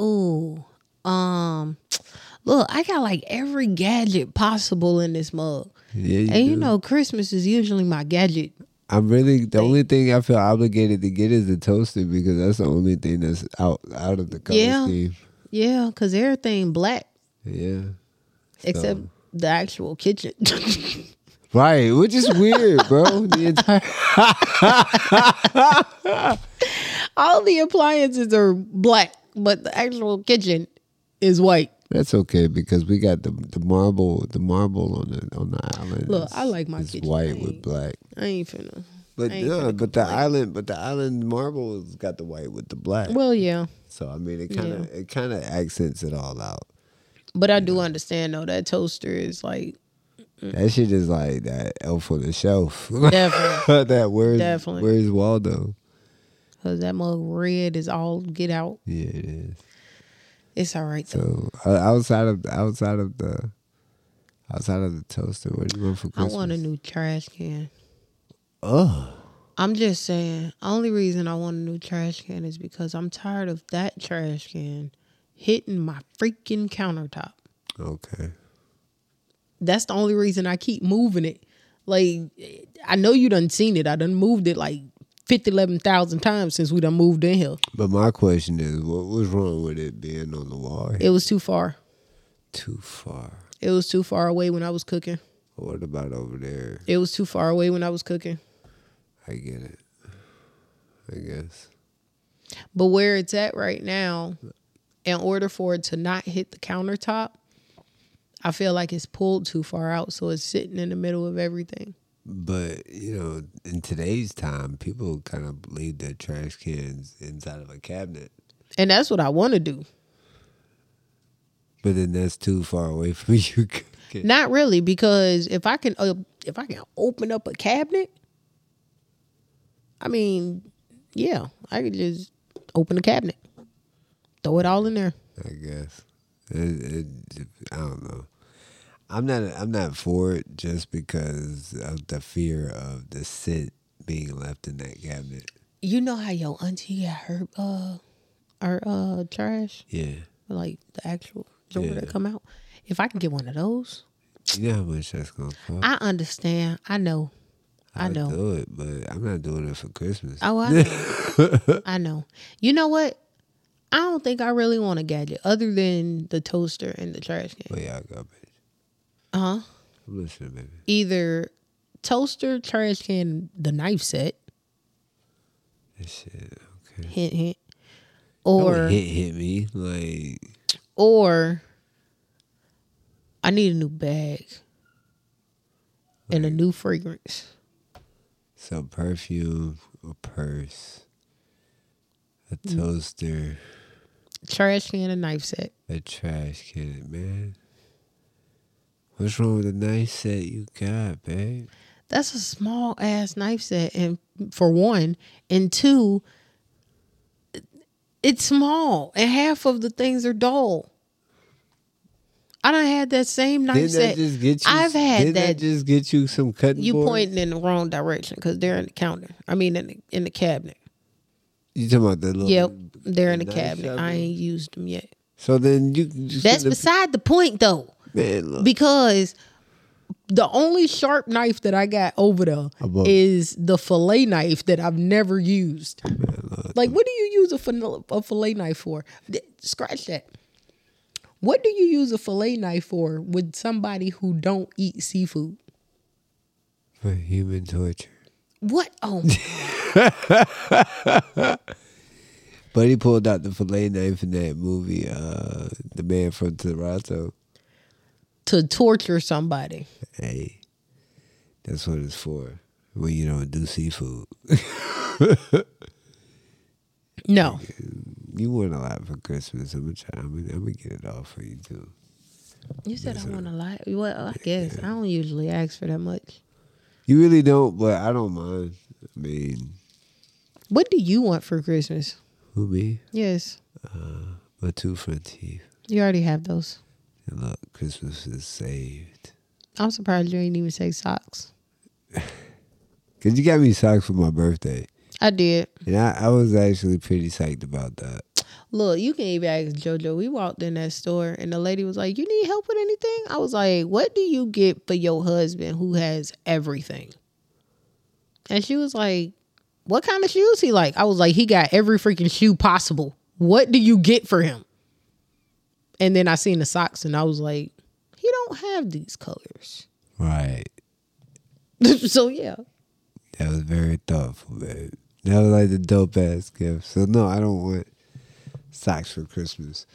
Speaker 1: Ooh. Um look, I got like every gadget possible in this mug.
Speaker 2: Yeah, you
Speaker 1: And you
Speaker 2: do.
Speaker 1: know, Christmas is usually my gadget.
Speaker 2: I'm really the only thing I feel obligated to get is the toaster because that's the only thing that's out out of the color
Speaker 1: Yeah.
Speaker 2: scheme.
Speaker 1: Yeah, cause everything black
Speaker 2: Yeah.
Speaker 1: except the actual kitchen. [laughs]
Speaker 2: Right, which is weird, bro.
Speaker 1: [laughs]
Speaker 2: The entire
Speaker 1: All the appliances are black, but the actual kitchen is white.
Speaker 2: That's okay because we got the the marble the marble on the on the island.
Speaker 1: Look,
Speaker 2: is-
Speaker 1: I like my
Speaker 2: is
Speaker 1: kitchen. I
Speaker 2: white
Speaker 1: ain't-
Speaker 2: with black.
Speaker 1: I ain't finna.
Speaker 2: But
Speaker 1: I ain't
Speaker 2: no,
Speaker 1: finna
Speaker 2: but the island but the island marble's got the white with the black.
Speaker 1: Well, yeah,
Speaker 2: so I mean it kinda it kinda accents it all out.
Speaker 1: but I do understand though that toaster is like Mm.
Speaker 2: That shit is like that elf on the shelf. [laughs]
Speaker 1: definitely
Speaker 2: that where's
Speaker 1: Definitely.
Speaker 2: where's Waldo?
Speaker 1: because that mug red is all get out.
Speaker 2: Yeah, it is.
Speaker 1: It's all right though.
Speaker 2: So uh, outside of outside of the outside of the toaster, what do you want for
Speaker 1: I
Speaker 2: Christmas?
Speaker 1: want a new trash can.
Speaker 2: Ugh.
Speaker 1: I'm just saying. Only reason I want a new trash can is because I'm tired of that trash can hitting my freaking countertop.
Speaker 2: Okay.
Speaker 1: That's the only reason I keep moving it. Like I know you done seen it. I done moved it like 50, 11,000 times since we done moved in here.
Speaker 2: But my question is, what was wrong with it being on the wall?
Speaker 1: It was too far.
Speaker 2: Too far.
Speaker 1: It was too far away when I was cooking.
Speaker 2: What about over there?
Speaker 1: It was too far away when I was cooking.
Speaker 2: I get it. I guess.
Speaker 1: But where it's at right now, in order for it to not hit the countertop, I feel like it's pulled too far out. So it's sitting in the middle of everything.
Speaker 2: But you know, in today's time, people kind of leave their trash cans inside of a cabinet.
Speaker 1: And that's what I want to do.
Speaker 2: But then that's too far away [laughs] from you. cooking.
Speaker 1: Not really, because if I can, uh, if I can open up a cabinet, I mean, yeah, I could just open a cabinet, throw it all in there.
Speaker 2: I guess. It, it, I don't know. I'm not. I'm not for it just because of the fear of the scent being left in that cabinet.
Speaker 1: You know how your auntie got her, uh, her uh trash,
Speaker 2: Yeah.
Speaker 1: like the actual drawer
Speaker 2: Yeah.
Speaker 1: that come out. If I can get one of those,
Speaker 2: You know how much that's gonna cost.
Speaker 1: I understand. I know. I
Speaker 2: I'd
Speaker 1: know.
Speaker 2: do it, but I'm not doing it for Christmas.
Speaker 1: Oh, I know. I know. You know what? I don't think I really want a gadget other than the toaster and the trash can.
Speaker 2: But y'all garbage.
Speaker 1: Uh huh.
Speaker 2: I'm listening, baby.
Speaker 1: Either toaster, trash can, the knife set,
Speaker 2: This shit. Okay.
Speaker 1: hint, hint,
Speaker 2: Or
Speaker 1: or
Speaker 2: hit hit me like
Speaker 1: or I need a new bag and a new fragrance.
Speaker 2: so perfume, a purse, a
Speaker 1: Mm.
Speaker 2: toaster,
Speaker 1: Trash can, a knife set.
Speaker 2: a trash can, man. What's wrong with the knife set you got, babe?
Speaker 1: That's a small ass knife set, and for one, and two, it's small, and half of the things are dull. I done had that same knife
Speaker 2: Didn't
Speaker 1: set.
Speaker 2: that just get you?
Speaker 1: I've had
Speaker 2: didn't
Speaker 1: that-
Speaker 2: just get you some cutting
Speaker 1: you
Speaker 2: board?
Speaker 1: pointing in the wrong direction because they're in the counter. I mean, in the in the cabinet.
Speaker 2: You talking about that little?
Speaker 1: Yep, they're in the
Speaker 2: Oh, knife
Speaker 1: cabinet.
Speaker 2: shop?
Speaker 1: I ain't used them yet.
Speaker 2: So then you can just
Speaker 1: That's
Speaker 2: get
Speaker 1: beside the point, though.
Speaker 2: the, man. Look,
Speaker 1: because the only sharp knife that I got over there
Speaker 2: Above.
Speaker 1: is the fillet knife that I've never used. Like, what do you use a, fin- a fillet knife for? Th- Scratch that. What do you use a fillet knife for with somebody who don't eat seafood?
Speaker 2: for human torture.
Speaker 1: What? Oh,
Speaker 2: But he pulled out the fillet knife in that movie, uh, The Man from Toronto.
Speaker 1: to torture somebody.
Speaker 2: Hey, that's what it's for. When you don't do seafood,
Speaker 1: No,
Speaker 2: you want a lot for Christmas. I'm gonna try. I'm gonna, I'm gonna get it all for you too.
Speaker 1: you said I want a lot. Well, I guess I don't usually ask for that much.
Speaker 2: You really don't, but I don't mind. I mean,
Speaker 1: What do you want for Christmas?
Speaker 2: who me?
Speaker 1: Yes,
Speaker 2: My two front teeth.
Speaker 1: you already have those.
Speaker 2: And look, Christmas is saved.
Speaker 1: I'm surprised you ain't even say socks.
Speaker 2: Cause you got me socks for my birthday,
Speaker 1: I did.
Speaker 2: and I, I was actually pretty psyched about that.
Speaker 1: Look, you can even ask JoJo. We walked in that store and the lady was like, You need help with anything? I was like, What do you get for your husband who has everything? And she was like, What kind of shoes he like? I was like, He got every freaking shoe possible. What do you get for him? And then I seen the socks and I was like, He don't have these colors. [laughs]
Speaker 2: Right.
Speaker 1: so yeah.
Speaker 2: That was very thoughtful, babe. That was like the dope ass gift. So no, I don't want socks for Christmas.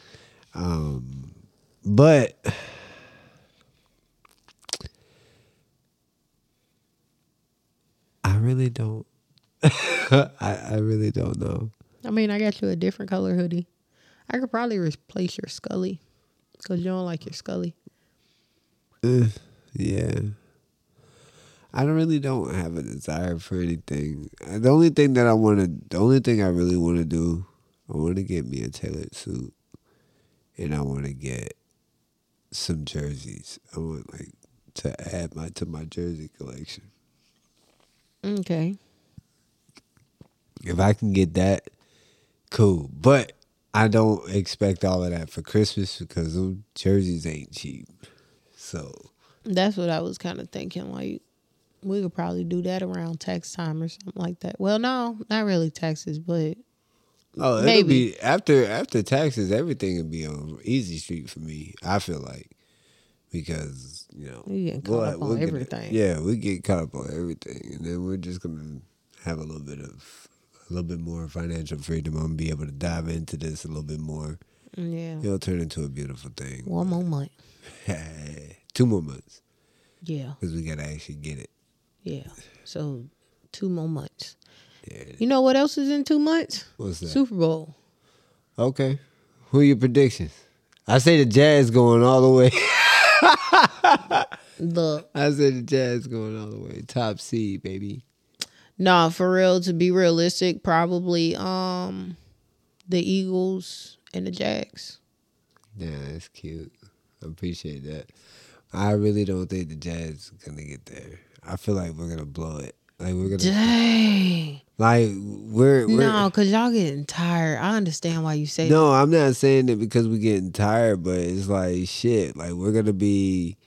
Speaker 2: Um but [sighs] I really don't [laughs] I, I really don't know.
Speaker 1: I mean, I got you a different color hoodie. I could probably replace your Scully because you don't like your Scully.
Speaker 2: Yeah. I don't really don't have a desire for anything. Uh, The only thing that I want to, the only thing I really want to do, I want to get me a tailored suit, and I want to get some jerseys. I want like to add my to my jersey collection.
Speaker 1: Okay.
Speaker 2: If I can get that, cool. But I don't expect all of that for Christmas because them jerseys ain't cheap. So
Speaker 1: That's what I was kind of thinking. Like, we could probably do that around tax time or something like that. Well, no, not really taxes, but
Speaker 2: Oh, it'll
Speaker 1: Maybe.
Speaker 2: be after after taxes, everything will be on easy street for me. I feel like because you know
Speaker 1: You getting caught up on
Speaker 2: get-
Speaker 1: everything.
Speaker 2: yeah, we get caught up on everything, and then we're just gonna have a little bit of a little bit more financial freedom. I'm gonna be able to dive into this a little bit more.
Speaker 1: yeah,
Speaker 2: It'll turn into a beautiful thing.
Speaker 1: one more month.
Speaker 2: Two more months
Speaker 1: Yeah,
Speaker 2: because we gotta actually get it.
Speaker 1: yeah. So two more months.
Speaker 2: Yeah.
Speaker 1: You know what else is in two months?
Speaker 2: What's that?
Speaker 1: Super Bowl.
Speaker 2: Okay, who are your predictions? I say the Jazz going all the way. [laughs]
Speaker 1: Look,
Speaker 2: I said the Jazz going all the way. Top seed, baby.
Speaker 1: nah, for real. To be realistic, probably um the Eagles and the Jags.
Speaker 2: Yeah, that's cute. I appreciate that. I really don't think the Jazz gonna get there. I feel like we're gonna blow it. Like we're gonna
Speaker 1: Dang.
Speaker 2: like we're, we're
Speaker 1: No, cause y'all getting tired. I understand why you say that.
Speaker 2: No, I'm not saying it because we're getting tired, but it's like shit. Like we're gonna be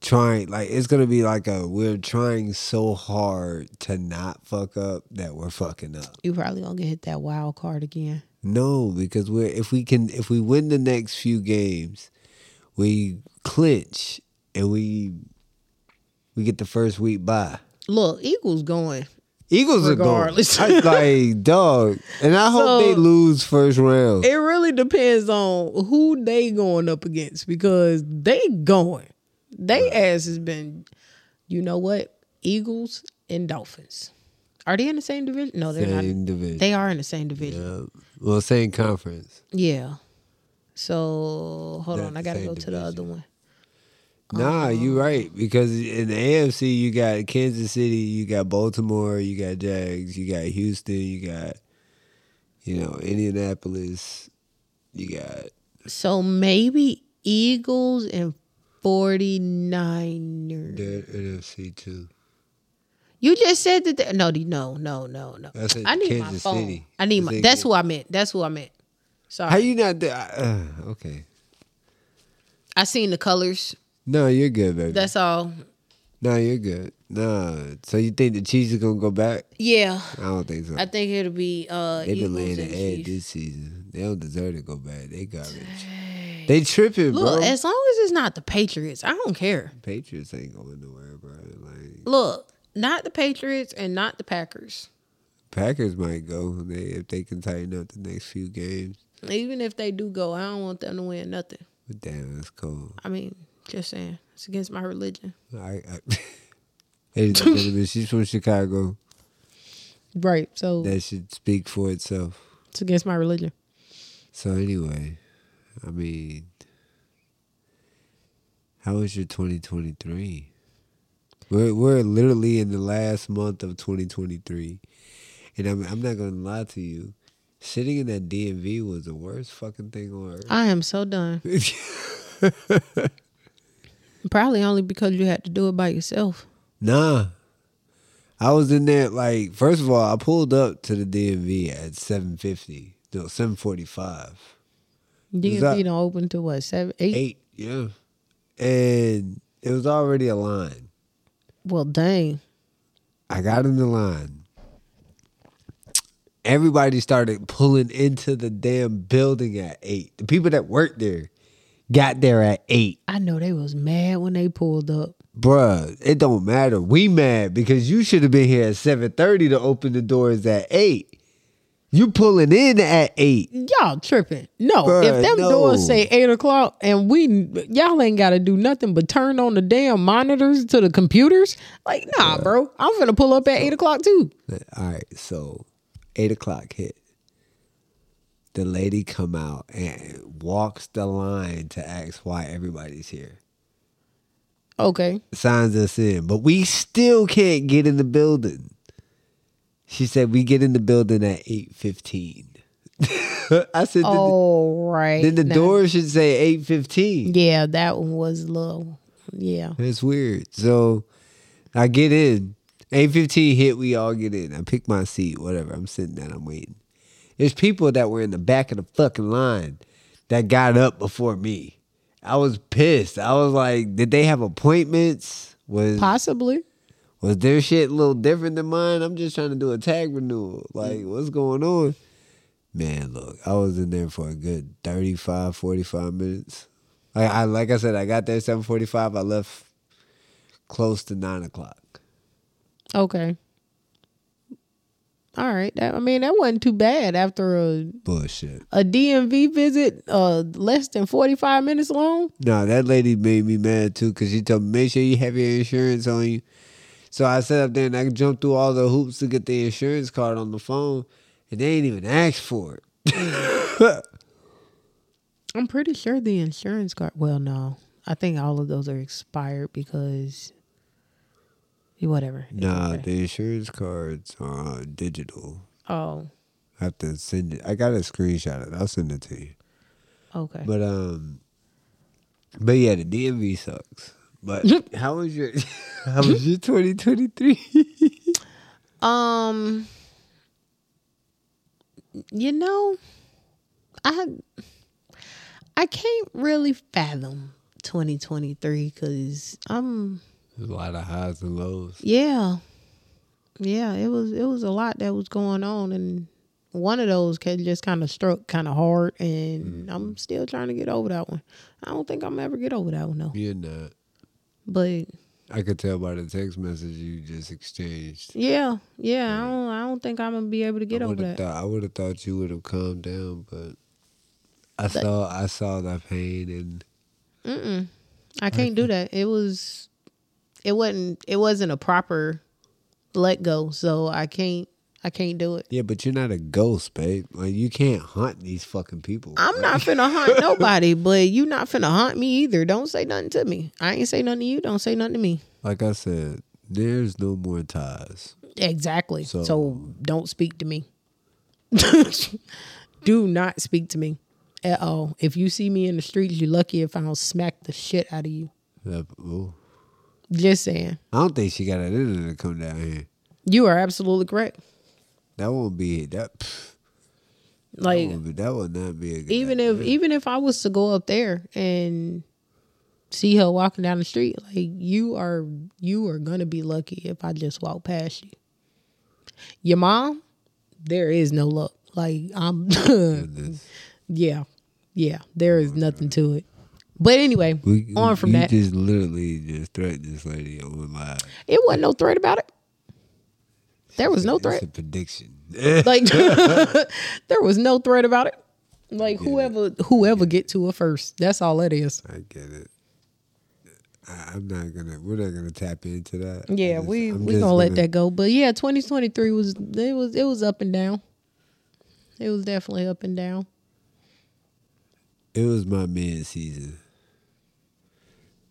Speaker 2: trying. Like it's gonna be like a we're trying so hard to not fuck up that we're fucking up.
Speaker 1: You probably gonna get hit that wild card again.
Speaker 2: No, because we're if we can if we win the next few games, we clinch and we we get the first week bye.
Speaker 1: Look, Eagles going.
Speaker 2: Eagles
Speaker 1: Regardless.
Speaker 2: are going I-
Speaker 1: [laughs]
Speaker 2: like dog, and I hope they
Speaker 1: So-
Speaker 2: lose first round.
Speaker 1: It really depends on who they going up against because they going. They ass has been, you know what? Eagles and Dolphins. Are they in the same division? No, they're not.
Speaker 2: Same division.
Speaker 1: They are in the same division.
Speaker 2: Yeah. well, same conference.
Speaker 1: Yeah. So hold
Speaker 2: They're
Speaker 1: on,
Speaker 2: the
Speaker 1: I gotta
Speaker 2: same
Speaker 1: go to the
Speaker 2: division.
Speaker 1: other one. Oh,
Speaker 2: Nah, you right because in the AFC you got Kansas City, you got Baltimore, you got Jags, you got Houston, you got you know Indianapolis, you got
Speaker 1: So maybe Eagles and 49ers.
Speaker 2: They're NFC too.
Speaker 1: You just said that. They, no, the- no, no, no, no.
Speaker 2: I said
Speaker 1: I need my
Speaker 2: Kansas
Speaker 1: phone.
Speaker 2: City.
Speaker 1: I need
Speaker 2: I
Speaker 1: my.
Speaker 2: said
Speaker 1: That's
Speaker 2: Kansas-
Speaker 1: who I meant. That's who I meant. Sorry.
Speaker 2: How you not? Th- uh, okay.
Speaker 1: I seen the colors.
Speaker 2: No, you're good, baby.
Speaker 1: That's all.
Speaker 2: no, you're good. No. So you think the Chiefs are gonna go back?
Speaker 1: Yeah,
Speaker 2: I don't think so.
Speaker 1: I think it'll be uh
Speaker 2: They've been
Speaker 1: Eagles
Speaker 2: laying the
Speaker 1: and
Speaker 2: egg
Speaker 1: Chiefs.
Speaker 2: this season. They don't deserve to go back. They garbage. They tripping, bro.
Speaker 1: Look, as long as it's not the Patriots, I don't care.
Speaker 2: Patriots ain't going nowhere, bro. Like
Speaker 1: Look, not the Patriots and not the Packers.
Speaker 2: Packers might go they, if they can tighten up the next few games.
Speaker 1: Even if they do go, I don't want them to win nothing.
Speaker 2: But damn, that's cold.
Speaker 1: I mean, just saying, it's against my religion.
Speaker 2: I, I,
Speaker 1: [laughs]
Speaker 2: [laughs] ladies and gentlemen, she's from Chicago.
Speaker 1: Right. So
Speaker 2: That should speak for itself.
Speaker 1: it's against my religion.
Speaker 2: So anyway, I mean, how was your 2023? We're we're literally in the last month of 2023, and I'm I'm not gonna lie to you, sitting in that DMV was the worst fucking thing on earth.
Speaker 1: I am so done. Probably only because you had to do it by yourself.
Speaker 2: [laughs] Nah. I was in there like first of all, I pulled up to the DMV at seven fifty. No, seven forty five.
Speaker 1: DMV
Speaker 2: that-
Speaker 1: don't open to what seven, eight?
Speaker 2: Eight, yeah. And it was already a line.
Speaker 1: Well, dang.
Speaker 2: I got in the line. Everybody started pulling into the damn building at eight. The people that worked there got there at eight.
Speaker 1: I know they was mad when they pulled up.
Speaker 2: Bruh, it don't matter. We mad because you should have been here at seven thirty to open the doors at eight. You pulling in at eight.
Speaker 1: Y'all tripping? No,
Speaker 2: Bruh,
Speaker 1: if them
Speaker 2: no.
Speaker 1: doors say eight o'clock and we y'all ain't got to do nothing but turn on the damn monitors to the computers. Like, nah, bro, I'm gonna pull up at eight o'clock too.
Speaker 2: All right, so eight o'clock hit. The lady come out and walks the line to ask why everybody's here.
Speaker 1: Okay,
Speaker 2: signs us in, but we still can't get in the building. She said we get in the building at eight fifteen. [laughs] I said,
Speaker 1: Oh, all right.
Speaker 2: then the
Speaker 1: Now-
Speaker 2: door should say eight fifteen.
Speaker 1: Yeah, that one was low. Yeah,
Speaker 2: That's weird. So I get in. Eight fifteen hit. We all get in. I pick my seat. Whatever. I'm sitting down. I'm waiting. There's people that were in the back of the fucking line that got up before me. I was pissed. I was like, did they have appointments? Was
Speaker 1: possibly.
Speaker 2: Was their shit a little different than mine? I'm just trying to do a tag renewal. Like, what's going on? Man, look, I was in there for a good 35, 45 minutes. I, I like I said, I got there at 7:45. I left close to nine o'clock.
Speaker 1: Okay. All right. That, I mean, that wasn't too bad after a,
Speaker 2: Bullshit.
Speaker 1: a DMV visit, uh, less than 45 minutes long.
Speaker 2: No, that lady made me mad too because she told me make sure you have your insurance on you. So I sat up there and I jumped through all the hoops to get the insurance card on the phone, and they ain't even asked for it.
Speaker 1: I'm pretty sure the insurance card, well, no. I think all of those are expired because whatever. It's
Speaker 2: Nah,
Speaker 1: okay.
Speaker 2: the insurance cards are digital.
Speaker 1: Oh,
Speaker 2: I have to send it. I got a screenshot of it. I'll send it to you.
Speaker 1: okay.
Speaker 2: But um, but yeah, the DMV sucks. [laughs] But how was your how was your [laughs] 2023?
Speaker 1: Um, you know, I I can't really fathom 2023 because I'm
Speaker 2: There's a lot of highs and lows.
Speaker 1: yeah, yeah. It was it was a lot that was going on, and one of those ca- just kind of struck kind of hard, and I'm still trying to get over that one. I don't think I'm ever get over that one though.
Speaker 2: You're not.
Speaker 1: But
Speaker 2: uh, I could tell by the text message you just exchanged.
Speaker 1: yeah, yeah. I don't I don't think I'm gonna be able to get
Speaker 2: I
Speaker 1: over
Speaker 2: would
Speaker 1: that.
Speaker 2: have thought I would have thought you would have calmed down, but I saw I saw the pain and
Speaker 1: Mm-mm. I can't do that. It was, it wasn't, it wasn't a proper let go. So I can't, I can't do it.
Speaker 2: yeah, but you're not a ghost, babe. Like you can't hunt these fucking people.
Speaker 1: I'm not finna [laughs] hunt nobody, but you not finna hunt me either. Don't say nothing to me. I ain't say nothing to you. Don't say nothing to me.
Speaker 2: Like I said, there's no more ties.
Speaker 1: Exactly. So,
Speaker 2: So-
Speaker 1: don't speak to me. [laughs] do not speak to me at all. If you see me in the streets, you lucky if I don't smack the shit out of you.
Speaker 2: That- ooh.
Speaker 1: Just saying.
Speaker 2: I don't think she got it in her to come down here.
Speaker 1: You are absolutely correct.
Speaker 2: That won't be that. pff, that,
Speaker 1: Like
Speaker 2: won't be, that would not be a good
Speaker 1: even if even if I was to go up there and see her walking down the street, like you are you are gonna be lucky if I just walk past you. Your mom, there is no luck. Like I'm [laughs]
Speaker 2: Goodness.
Speaker 1: yeah. Yeah. There is nothing to it. But anyway,
Speaker 2: We,
Speaker 1: on from
Speaker 2: you
Speaker 1: that.
Speaker 2: just literally just threatened this lady on live.
Speaker 1: it wasn't no threat about it. There was no
Speaker 2: It's [laughs]
Speaker 1: threat.
Speaker 2: a prediction.
Speaker 1: Like [laughs] there was no threat about it. Like whoever whoever get to her first. That's all it is.
Speaker 2: I get it. I, I'm not gonna. We're not gonna tap into that. I
Speaker 1: Yeah,
Speaker 2: just-
Speaker 1: we
Speaker 2: I'm
Speaker 1: we
Speaker 2: just
Speaker 1: gonna let that go. But yeah, twenty twenty three was it was it was up and down. It was definitely up and down.
Speaker 2: It was my mid season.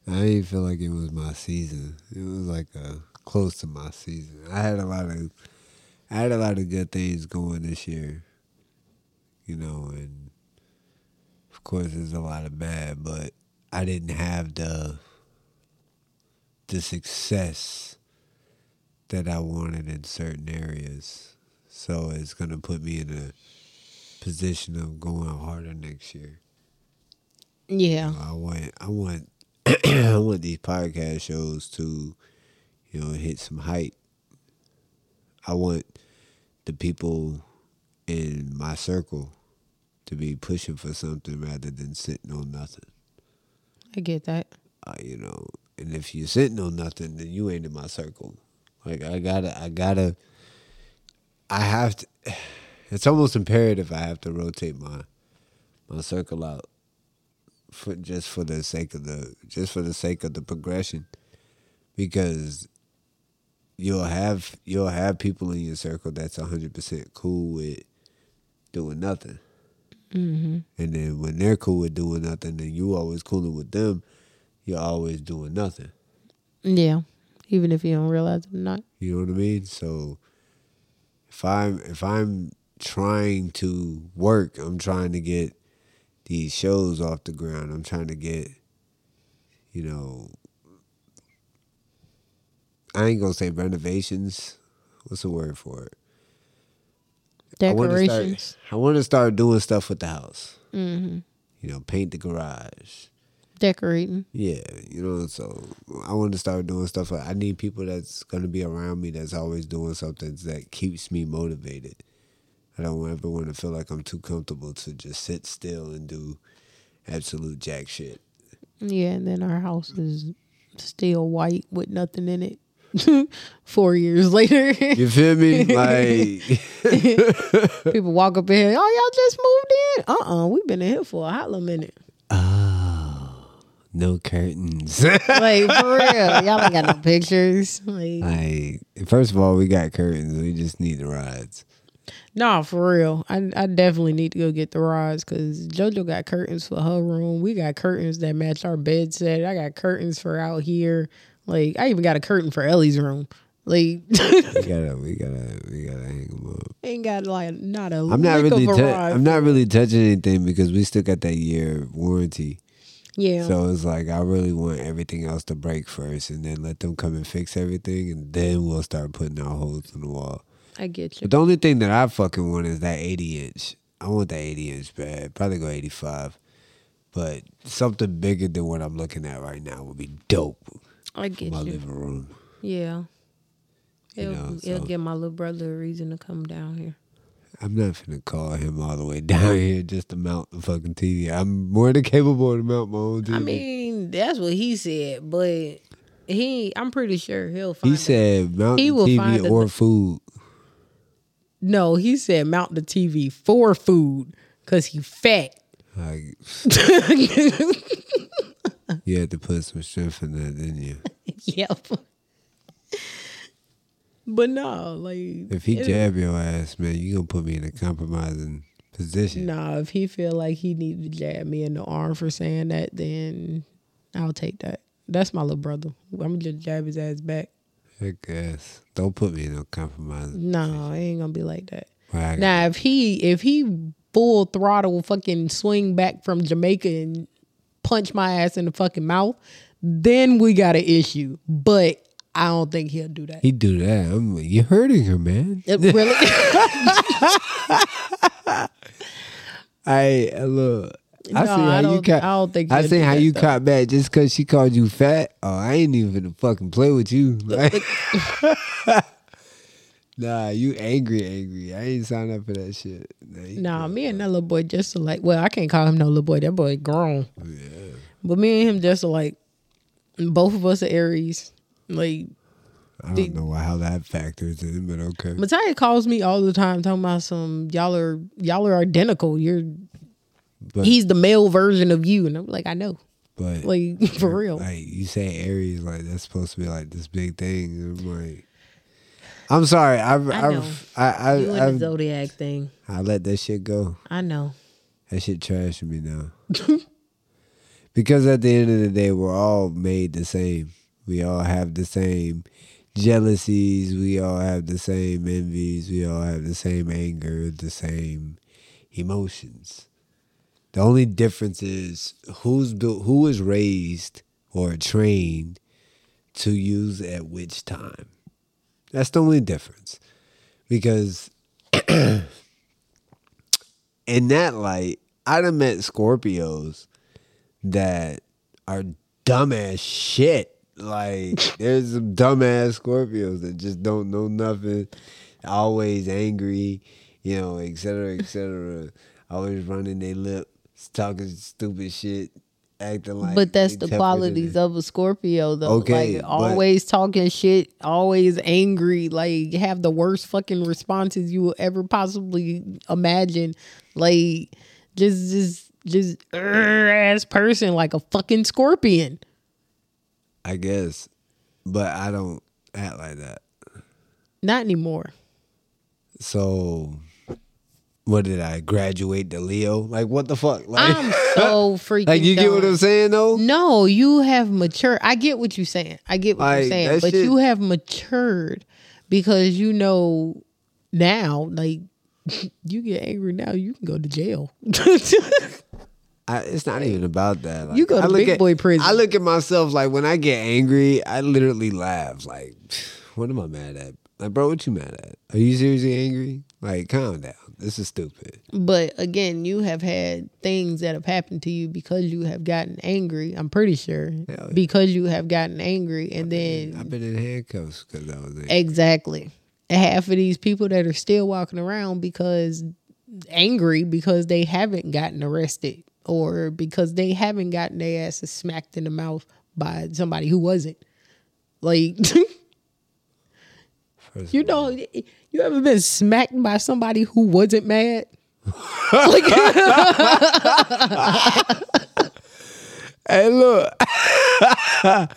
Speaker 2: I didn't feel like it was my season. It was like a close to my season. I had a lot of, I had a lot of good things going this year. You know, and of course, there's a lot of bad, but I didn't have the, the success that I wanted in certain areas. So it's gonna put me in a position of going harder next year.
Speaker 1: Yeah,
Speaker 2: I want I want [clears throat] I want these podcast shows to, you know, hit some height. I want the people in my circle to be pushing for something rather than sitting on nothing.
Speaker 1: I get that.
Speaker 2: Uh, you know, and if you're sitting on nothing, then you ain't in my circle. Like I gotta, I gotta, I have to. [sighs] It's almost imperative I have to rotate my my circle out for just for the sake of the just for the sake of the progression, because you'll have you'll have people in your circle that's hundred percent cool with doing nothing. And then when they're cool with doing nothing, then you always cooling with them. You're always doing nothing.
Speaker 1: Yeah, even if you don't realize it or not.
Speaker 2: You know what I mean? So if I'm if I'm trying to work, I'm trying to get these shows off the ground. I'm trying to get, you know, I ain't gonna say renovations. What's the word for it? I wanna start-
Speaker 1: Decorations. Mm-hmm.
Speaker 2: I want to start doing stuff with the house. You know, paint the garage.
Speaker 1: Decorating.
Speaker 2: Yeah, you know, so I want to start doing stuff. Like, I need people that's going to be around me that's always doing something that keeps me motivated. I don't ever want to feel like I'm too comfortable to just sit still and do absolute jack shit.
Speaker 1: Yeah, and then our house is still white with nothing in it. [laughs] Four years [laughs] later,
Speaker 2: You feel me? Like, [laughs]
Speaker 1: people walk up in here. Oh, y'all just moved in? Uh uh-uh, uh, we have been in here for a hot little minute.
Speaker 2: Oh, no [laughs] curtains.
Speaker 1: Like for real, y'all ain't got no pictures. Like,
Speaker 2: like, first of all, we got curtains. We just need the rods.
Speaker 1: nah, for real. I I definitely need to go get the rods because JoJo got curtains for her room. We got curtains that match our bed set. I got curtains for out here. Like, I even got a curtain for Ellie's room. Like, [laughs]
Speaker 2: [laughs] We gotta, we gotta, we gotta hang them up.
Speaker 1: ain't got like not a
Speaker 2: I'm not
Speaker 1: lick
Speaker 2: really,
Speaker 1: of a
Speaker 2: tou-
Speaker 1: rod.
Speaker 2: I'm not really touching anything because we still got that year warranty.
Speaker 1: yeah.
Speaker 2: So it's like I really want everything else to break first, and then let them come and fix everything, and then we'll start putting our holes in the wall.
Speaker 1: I get you.
Speaker 2: But the only thing that I fucking want is that 80 inch. I want that 80 inch bed. Probably go 85, but something bigger than what I'm looking at right now would be dope.
Speaker 1: I get
Speaker 2: My
Speaker 1: you.
Speaker 2: living room.
Speaker 1: Yeah.
Speaker 2: You
Speaker 1: It'll,
Speaker 2: know,
Speaker 1: it'll
Speaker 2: so-
Speaker 1: give my little brother a reason to come down here.
Speaker 2: I'm not finna call him all the way [laughs] down here just to mount the fucking TV. I'm more than capable to mount my own TV.
Speaker 1: I mean, that's what he said, but he, I'm pretty sure he'll find.
Speaker 2: He
Speaker 1: a-
Speaker 2: said mount
Speaker 1: He
Speaker 2: the
Speaker 1: will find
Speaker 2: TV
Speaker 1: a-
Speaker 2: or food.
Speaker 1: no. He said mount the TV for food because he fat. [laughs]
Speaker 2: Like you had to put some strength in that, didn't you?
Speaker 1: yep. But no, like
Speaker 2: If he jab your ass, man, you gonna put me in a compromising position.
Speaker 1: nah, if he feel like he needs to jab me in the arm for saying that, then I'll take that. That's my little brother. I'm gonna just jab his ass back.
Speaker 2: I guess. Don't put me in no compromising.
Speaker 1: No, it ain't gonna be like that.
Speaker 2: Where I-
Speaker 1: Now if he if he full throttle fucking swing back from Jamaica and punch my ass in the fucking mouth, then we got an issue. But I don't think he'll do
Speaker 2: [laughs]
Speaker 1: that.
Speaker 2: He do that. I'm like, you're hurting her, man.
Speaker 1: It really [laughs]
Speaker 2: I uh, look. I
Speaker 1: No,
Speaker 2: see
Speaker 1: I
Speaker 2: how you
Speaker 1: don't-
Speaker 2: caught.
Speaker 1: I don't think
Speaker 2: I
Speaker 1: he'll
Speaker 2: see
Speaker 1: do
Speaker 2: how
Speaker 1: that,
Speaker 2: you
Speaker 1: though.
Speaker 2: caught back just because she called you fat. Oh, I ain't even gonna fucking play
Speaker 1: [laughs]
Speaker 2: with you. Like- [laughs] nah, you angry, angry. I ain't sign up for that shit. Nah, you-
Speaker 1: Nah, me and that little boy just like well, I can't call him no little boy. That boy grown. But me and him just like both of us are Aries. Like
Speaker 2: I don't know how that factors in, but okay.
Speaker 1: Mattia calls me all the time talking about some y'all are y'all are identical. You're
Speaker 2: But-
Speaker 1: he's the male version of you. And I'm like, I know.
Speaker 2: But
Speaker 1: Like [laughs] for real.
Speaker 2: Like you say Aries, like that's supposed to be like this big thing. and I'm like, I'm sorry. I've,
Speaker 1: I
Speaker 2: I
Speaker 1: know.
Speaker 2: have I, I,
Speaker 1: You
Speaker 2: I,
Speaker 1: and the zodiac thing.
Speaker 2: I let that shit go.
Speaker 1: I know.
Speaker 2: That shit trashing me now. because at the end of the day, we're all made the same. We all have the same jealousies. We all have the same envies. We all have the same anger, the same emotions. The only difference is who's built, who is raised or trained to use at which time. That's the only difference. Because [clears throat] in that light, I'd have met Scorpios that are dumbass shit.
Speaker 1: [laughs]
Speaker 2: Like there's some dumbass Scorpios that just don't know nothing, always angry, you know, et cetera, et cetera. always running their lip, talking stupid shit, acting like.
Speaker 1: But that's the
Speaker 2: they tougher than
Speaker 1: qualities
Speaker 2: they-
Speaker 1: of a Scorpio though.
Speaker 2: Okay,
Speaker 1: like
Speaker 2: but-
Speaker 1: always talking shit, always angry, like have the worst fucking responses you will ever possibly imagine. Like just just just uh, ass person like a fucking scorpion.
Speaker 2: I guess, but I don't act like that.
Speaker 1: Not anymore.
Speaker 2: So, what did I graduate to Leo? Like what the fuck? Like
Speaker 1: I'm so freaking
Speaker 2: [laughs] Like you get what
Speaker 1: done.
Speaker 2: I'm saying though?
Speaker 1: No, you have matured. I get what you're saying. I get what
Speaker 2: Like,
Speaker 1: you're saying,
Speaker 2: that
Speaker 1: but
Speaker 2: shit-
Speaker 1: you have matured because you know now, like [laughs] you get angry now, you can go to jail. [laughs]
Speaker 2: I, it's not even about that. Like,
Speaker 1: You go to
Speaker 2: I look
Speaker 1: big
Speaker 2: at,
Speaker 1: boy prison.
Speaker 2: I look at myself like when I get angry, I literally laugh. [sighs] Like, what am I mad at? Like, bro, what you mad at? Are you seriously angry? Like, calm down. This is stupid.
Speaker 1: But again, you have had things that have happened to you because you have gotten angry. I'm pretty sure
Speaker 2: yeah.
Speaker 1: because you have gotten angry, and then
Speaker 2: I've been in handcuffs because I was angry.
Speaker 1: Exactly. Half of these people that are still walking around because angry because they haven't gotten arrested or because they haven't gotten their asses smacked in the mouth by somebody who wasn't. Like [laughs]
Speaker 2: First
Speaker 1: you
Speaker 2: of all,
Speaker 1: know, you ever been smacked by somebody who wasn't mad? like,
Speaker 2: Hey, look. [laughs] that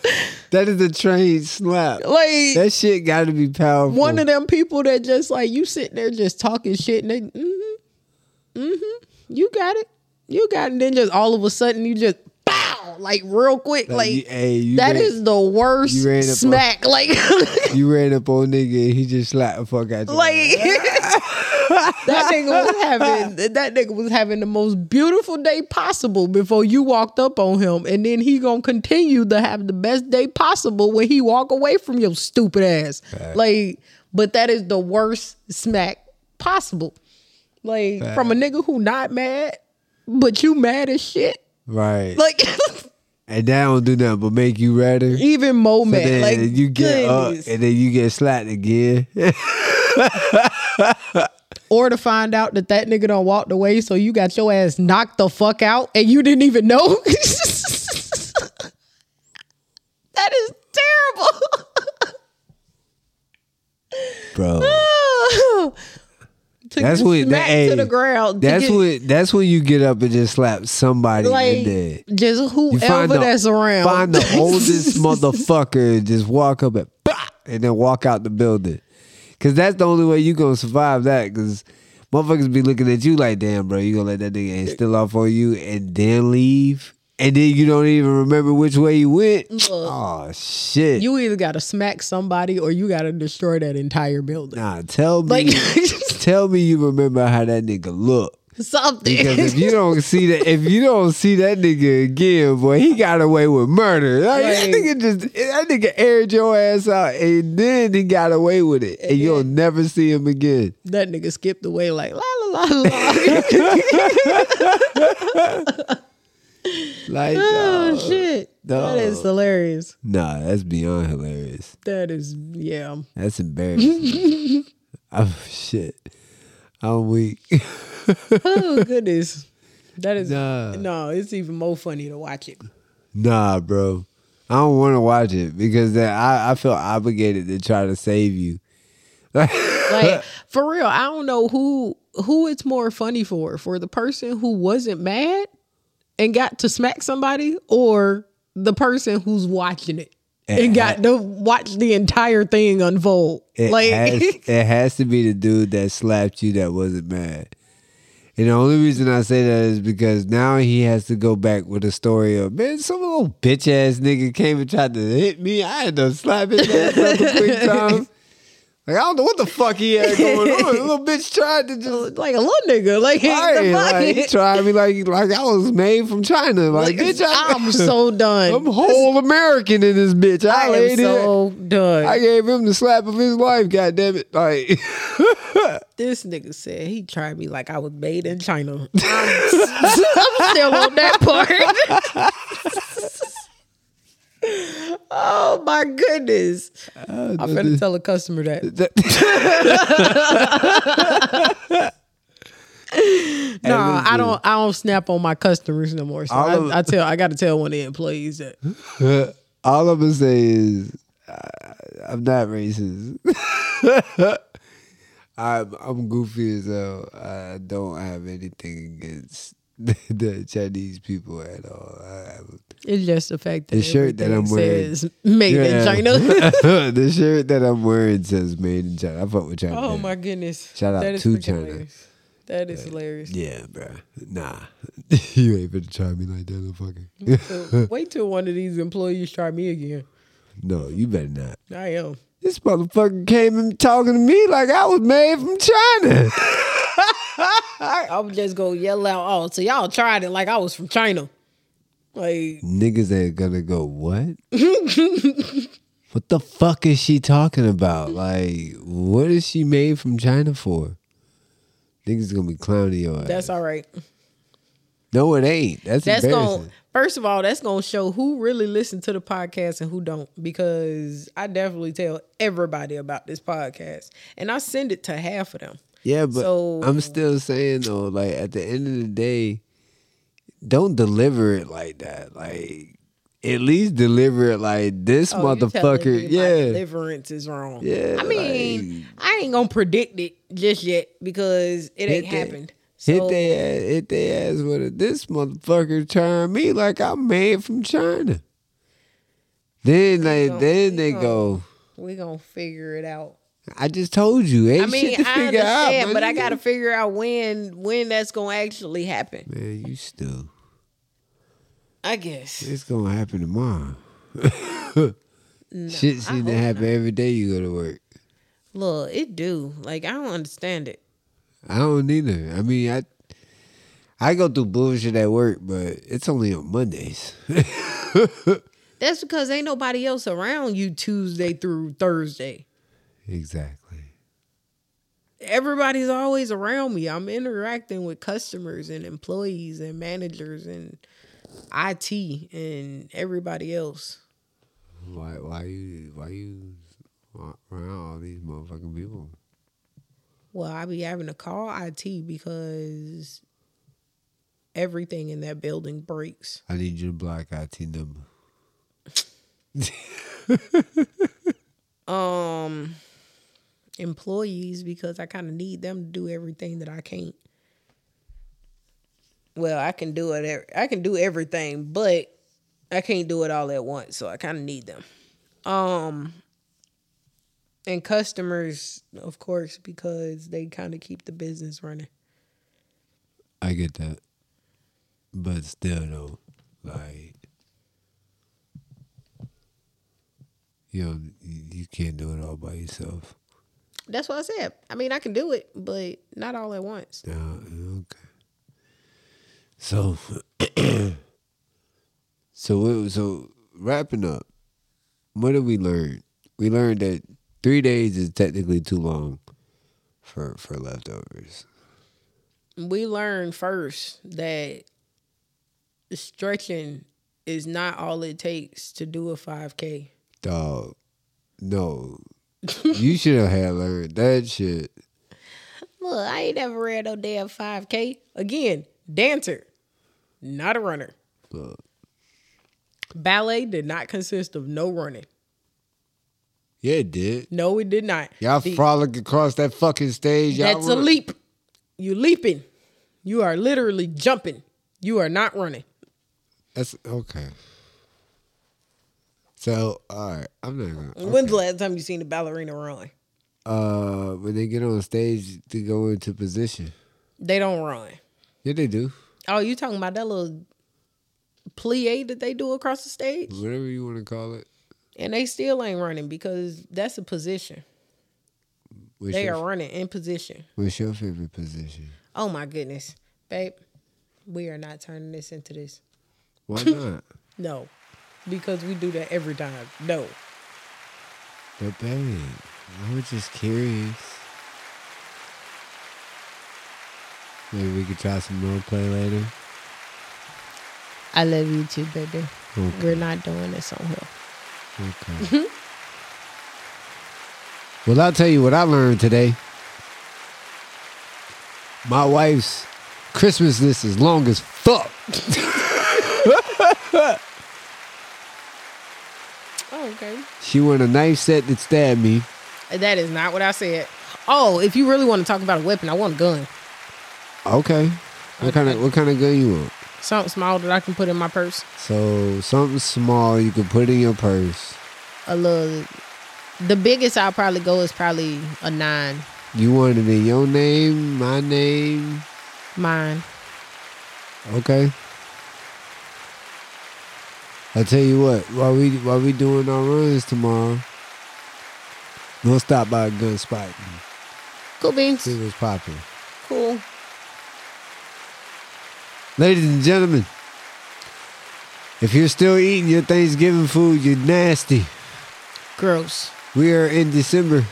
Speaker 2: is a trained
Speaker 1: [laughs]
Speaker 2: slap.
Speaker 1: like
Speaker 2: That shit got to be powerful.
Speaker 1: one of them people that just like you sitting there just talking shit and they, mm-hmm, mm-hmm, you got it, you got it. And then just all of a sudden you just pow, like real quick,
Speaker 2: Like,
Speaker 1: like
Speaker 2: you- hey, you
Speaker 1: that
Speaker 2: ran-
Speaker 1: is the worst
Speaker 2: you ran up on-
Speaker 1: smack. like, [laughs]
Speaker 2: you ran up on nigga and he just slapped the fuck out you.
Speaker 1: like [laughs] that nigga
Speaker 2: [laughs]
Speaker 1: was having that nigga was having the most beautiful day possible before you walked up on him, and then he gonna continue to have the best day possible when he walk away from your stupid ass. Like, but that is the worst smack possible. Like from a nigga who not mad, but you mad as shit.
Speaker 2: right.
Speaker 1: Like [laughs]
Speaker 2: and that don't do nothing but make you redder. So
Speaker 1: even more mad.
Speaker 2: then
Speaker 1: like
Speaker 2: you get
Speaker 1: goodness.
Speaker 2: up and then you get
Speaker 1: [laughs]
Speaker 2: slapped again.
Speaker 1: or to find out that that nigga done walked away, so you got your ass knocked the fuck out and you didn't even know. [laughs] that is
Speaker 2: Bro.
Speaker 1: terrible. [laughs] Ah, to
Speaker 2: That's
Speaker 1: get
Speaker 2: what-
Speaker 1: smacked
Speaker 2: hey,
Speaker 1: to the ground. to
Speaker 2: That's
Speaker 1: get,
Speaker 2: what that's when you get up and just slap somebody in
Speaker 1: like
Speaker 2: there.
Speaker 1: just
Speaker 2: You
Speaker 1: whoever
Speaker 2: the-
Speaker 1: that's around.
Speaker 2: Find
Speaker 1: [laughs]
Speaker 2: the oldest motherfucker and just walk up and bah, and then walk out the building. Cause that's the only way you gonna survive that. Cause motherfuckers be looking at you like, damn, bro, you gonna let that nigga ain't still off on you and then leave, and then you don't even remember which way you went. oh shit!
Speaker 1: you either gotta smack somebody or you gotta destroy that entire building.
Speaker 2: nah, tell me,
Speaker 1: [laughs] Like
Speaker 2: tell me you remember how that nigga looked.
Speaker 1: something.
Speaker 2: Because if
Speaker 1: [laughs]
Speaker 2: you don't see that, if you don't see that nigga again, boy, he got away with murder. Like, that
Speaker 1: Right.
Speaker 2: nigga just that nigga aired your ass out, and then he got away with it, and you'll never see him again.
Speaker 1: that nigga skipped away like la la la
Speaker 2: [laughs]
Speaker 1: [laughs] la.
Speaker 2: Like,
Speaker 1: oh
Speaker 2: uh,
Speaker 1: shit. That is hilarious.
Speaker 2: nah, that's beyond hilarious.
Speaker 1: That is yeah.
Speaker 2: That's embarrassing. oh shit, I'm weak. [laughs]
Speaker 1: Oh goodness. That is
Speaker 2: Nah.
Speaker 1: no, it's even more funny to watch it.
Speaker 2: Nah, bro. I don't want to watch it because then I, I feel obligated to try to save you. [laughs]
Speaker 1: Like for real, I don't know who who it's more funny for. For the person who wasn't mad and got to smack somebody or the person who's watching it and got to watch the entire thing unfold.
Speaker 2: It
Speaker 1: like [laughs]
Speaker 2: has, it has to be the dude that slapped you that wasn't mad. And the only reason I say that is because now he has to go back with a story of man, some little bitch ass nigga came and tried to hit me. I had to slap his ass up a quick
Speaker 1: [laughs]
Speaker 2: time. Like I don't know what the fuck he had going on. The little bitch tried to just
Speaker 1: like a little nigga. Like, [laughs] the
Speaker 2: Right,
Speaker 1: fuck?
Speaker 2: like,
Speaker 1: [laughs]
Speaker 2: he tried me like like I was made from China. Like, bitch, I,
Speaker 1: I'm so done.
Speaker 2: [laughs] I'm whole American in this bitch. I,
Speaker 1: I am
Speaker 2: laid it.
Speaker 1: so done.
Speaker 2: I gave him the slap of his life. God damn it! Like. [laughs]
Speaker 1: This nigga said he tried me like I was made in China. [laughs] I'm, I'm still on that part. [laughs] oh my goodness. I'm finna tell a customer [laughs] that. [laughs] No, I don't I don't snap on my customers no more. So
Speaker 2: All of-
Speaker 1: I, I tell I gotta tell one of the employees that
Speaker 2: All I'm gonna say is I, I'm not racist. [laughs] I'm I'm goofy as hell. I don't have anything against [laughs] the, the Chinese people at all. I,
Speaker 1: it's just the fact that
Speaker 2: The shirt that I'm
Speaker 1: everything
Speaker 2: wearing.
Speaker 1: says made in [laughs] China.
Speaker 2: I, [laughs] the shirt that I'm wearing says "Made in China." I fuck with China.
Speaker 1: oh my goodness.
Speaker 2: Shout out
Speaker 1: That is
Speaker 2: to
Speaker 1: freaking
Speaker 2: China.
Speaker 1: hilarious. That is hilarious.
Speaker 2: Yeah, bro. Nah, [laughs] you ain't finna try me like that, no fucking.
Speaker 1: So, Uh, wait till one of these employees try me again.
Speaker 2: [laughs] no, you better not.
Speaker 1: I am.
Speaker 2: This motherfucker came and talking to me like I was made from China.
Speaker 1: I'm just gonna yell out, oh, so y'all tried it like I was from China. Like,
Speaker 2: niggas ain't gonna
Speaker 1: [laughs]
Speaker 2: go what what the fuck is she talking about like what is she made from china for Niggas gonna be clowning your ass.
Speaker 1: That's all right.
Speaker 2: no, it ain't. That's,
Speaker 1: That's
Speaker 2: embarrassing.
Speaker 1: going to first of all, that's gonna show who really listened to the podcast and who don't. Because I definitely tell everybody about this podcast. And I send it to half of them.
Speaker 2: Yeah, but
Speaker 1: So-
Speaker 2: I'm still saying though, like at the end of the day, don't deliver it like that. Like at least deliver it like this
Speaker 1: Oh, you telling me My
Speaker 2: motherfucker. Yeah.
Speaker 1: deliverance is wrong.
Speaker 2: Yeah,
Speaker 1: I mean, I ain't gonna predict it just yet because it ain't
Speaker 2: that-
Speaker 1: happened. So
Speaker 2: hit their ass, hit their ass with it. This motherfucker trying me like I'm made from China. Then they
Speaker 1: gonna-
Speaker 2: then
Speaker 1: we
Speaker 2: they
Speaker 1: gonna-
Speaker 2: go.
Speaker 1: we gonna figure it out.
Speaker 2: I just told you. Ain't
Speaker 1: I mean,
Speaker 2: shit to
Speaker 1: I
Speaker 2: figure out,
Speaker 1: understand,
Speaker 2: my
Speaker 1: but I
Speaker 2: nigga."
Speaker 1: gotta figure out when when that's gonna actually happen.
Speaker 2: Man, you still.
Speaker 1: I guess.
Speaker 2: It's gonna happen tomorrow. Shit seems to
Speaker 1: hope
Speaker 2: happen every day you go to work.
Speaker 1: Look, it do. Like I don't understand it.
Speaker 2: I don't either. I mean, I I go through bullshit at work, but it's only on Mondays. [laughs]
Speaker 1: That's because ain't nobody else around you Tuesday through Thursday.
Speaker 2: exactly.
Speaker 1: Everybody's always around me. I'm interacting with customers and employees and managers and IT and everybody else.
Speaker 2: Why? Why you? Why you around all these motherfucking people?
Speaker 1: Well, I be having to call IT because everything in that building breaks.
Speaker 2: I need you to block IT number.
Speaker 1: Um employees because I kind of need them to do everything that I can't. Well, I can do it ev- I can do everything, but I can't do it all at once, so I kind of need them. Um and customers, of course, because they kind of keep the business running.
Speaker 2: I get that, but still though, like you know, you you can't do it all by yourself.
Speaker 1: That's what I said. I mean, I can do it, but not all at once.
Speaker 2: Yeah, okay. So, [clears throat] so what, so wrapping up, what did we learn? We learned that three days is technically too long for for leftovers.
Speaker 1: we learned first that stretching is not all it takes to do a 5k
Speaker 2: Dog,
Speaker 1: [laughs]
Speaker 2: no, you should have had learned that shit.
Speaker 1: look i ain't never ran no damn 5k again dancer not a runner
Speaker 2: Look,
Speaker 1: ballet did not consist of no running
Speaker 2: yeah, it did.
Speaker 1: no it did not
Speaker 2: Y'all
Speaker 1: The-
Speaker 2: frolic across that fucking stage. Y'all
Speaker 1: that's a
Speaker 2: run-
Speaker 1: leap you leaping you are literally jumping you are not running
Speaker 2: That's okay. So, all right, I'm not gonna.
Speaker 1: when's the last time you seen a ballerina run
Speaker 2: uh when they get on stage to go into position.
Speaker 1: they don't run
Speaker 2: Yeah, they do.
Speaker 1: oh you talking about that little plie that they do across the stage
Speaker 2: Whatever you want to call it.
Speaker 1: and they still ain't running because that's a position.
Speaker 2: What's,
Speaker 1: They
Speaker 2: your,
Speaker 1: are running in position.
Speaker 2: what's your favorite position?
Speaker 1: Oh my goodness, babe, we are not turning this into this. [laughs]
Speaker 2: Why not?
Speaker 1: No, because we do that every time. No,
Speaker 2: But babe, I was just curious. Maybe we could try some role play later.
Speaker 1: I love you too, baby.
Speaker 2: Okay.
Speaker 1: We're not doing this on here. Mm-hmm.
Speaker 2: Okay. well, I'll tell you what I learned today. My wife's Christmas list is long as fuck.
Speaker 1: Oh, okay,
Speaker 2: She won a knife set that stabbed me.
Speaker 1: that is not what I said. Oh, if you really want to talk about a weapon, I want a gun.
Speaker 2: Okay. What kind of what kind of gun you want?
Speaker 1: Something small that I can put in my purse.
Speaker 2: So something small you can put in your purse.
Speaker 1: A little. The biggest I'll probably go is probably a nine.
Speaker 2: You want it in your name, my name.
Speaker 1: Mine.
Speaker 2: Okay. I tell you what, while we while we doing our runs tomorrow, we'll stop by a gun spot and
Speaker 1: Cool beans.
Speaker 2: see what's popping.
Speaker 1: Cool.
Speaker 2: Ladies and gentlemen, if you're still eating your Thanksgiving food, you're nasty.
Speaker 1: Gross.
Speaker 2: We are in December,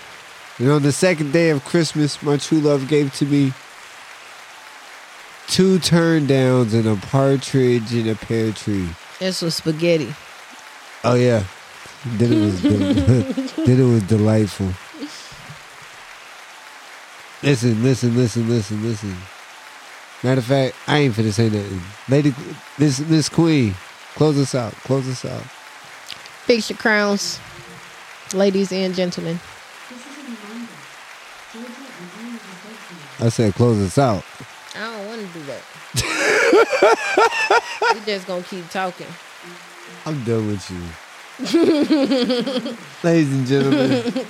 Speaker 2: and on the second day of Christmas, my true love gave to me two turn downs and a partridge in a pear tree.
Speaker 1: This was spaghetti.
Speaker 2: Oh yeah. Then it was del- [laughs] then it was delightful. Listen, listen, listen, listen, listen. Matter of fact, I ain't finna say nothing. Lady, this this queen, close us out. Close us out.
Speaker 1: Fix your crowns, ladies and gentlemen.
Speaker 2: I said close us out.
Speaker 1: I don't want to do that. [laughs] we just gonna keep talking.
Speaker 2: I'm done with you. Ladies and gentlemen,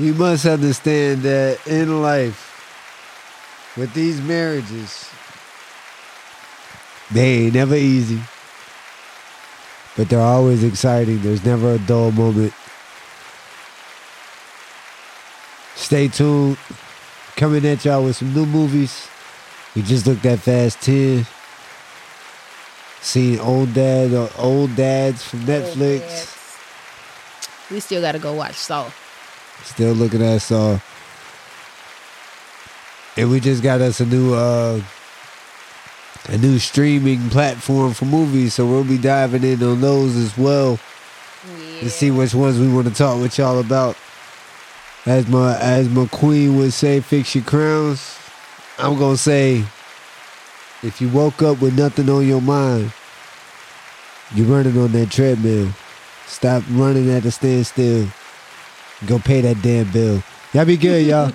Speaker 2: we must understand that in life, with these marriages, they ain't never easy, but they're always exciting. There's never a dull moment. Stay tuned. Coming at y'all with some new movies. We just looked at Fast 10 seen old dad or old dads from Netflix.
Speaker 1: We still gotta go watch Saw.
Speaker 2: Still looking at Saw. And we just got us a new uh a new streaming platform for movies, so we'll be diving in on those as well
Speaker 1: Yeah.
Speaker 2: to see which ones we want to talk with y'all about. As my as my queen would say, fix your crowns. I'm gonna say, if you woke up with nothing on your mind, you're running on that treadmill. Stop running at a standstill. Go pay that damn bill. Y'all [laughs] be good, y'all.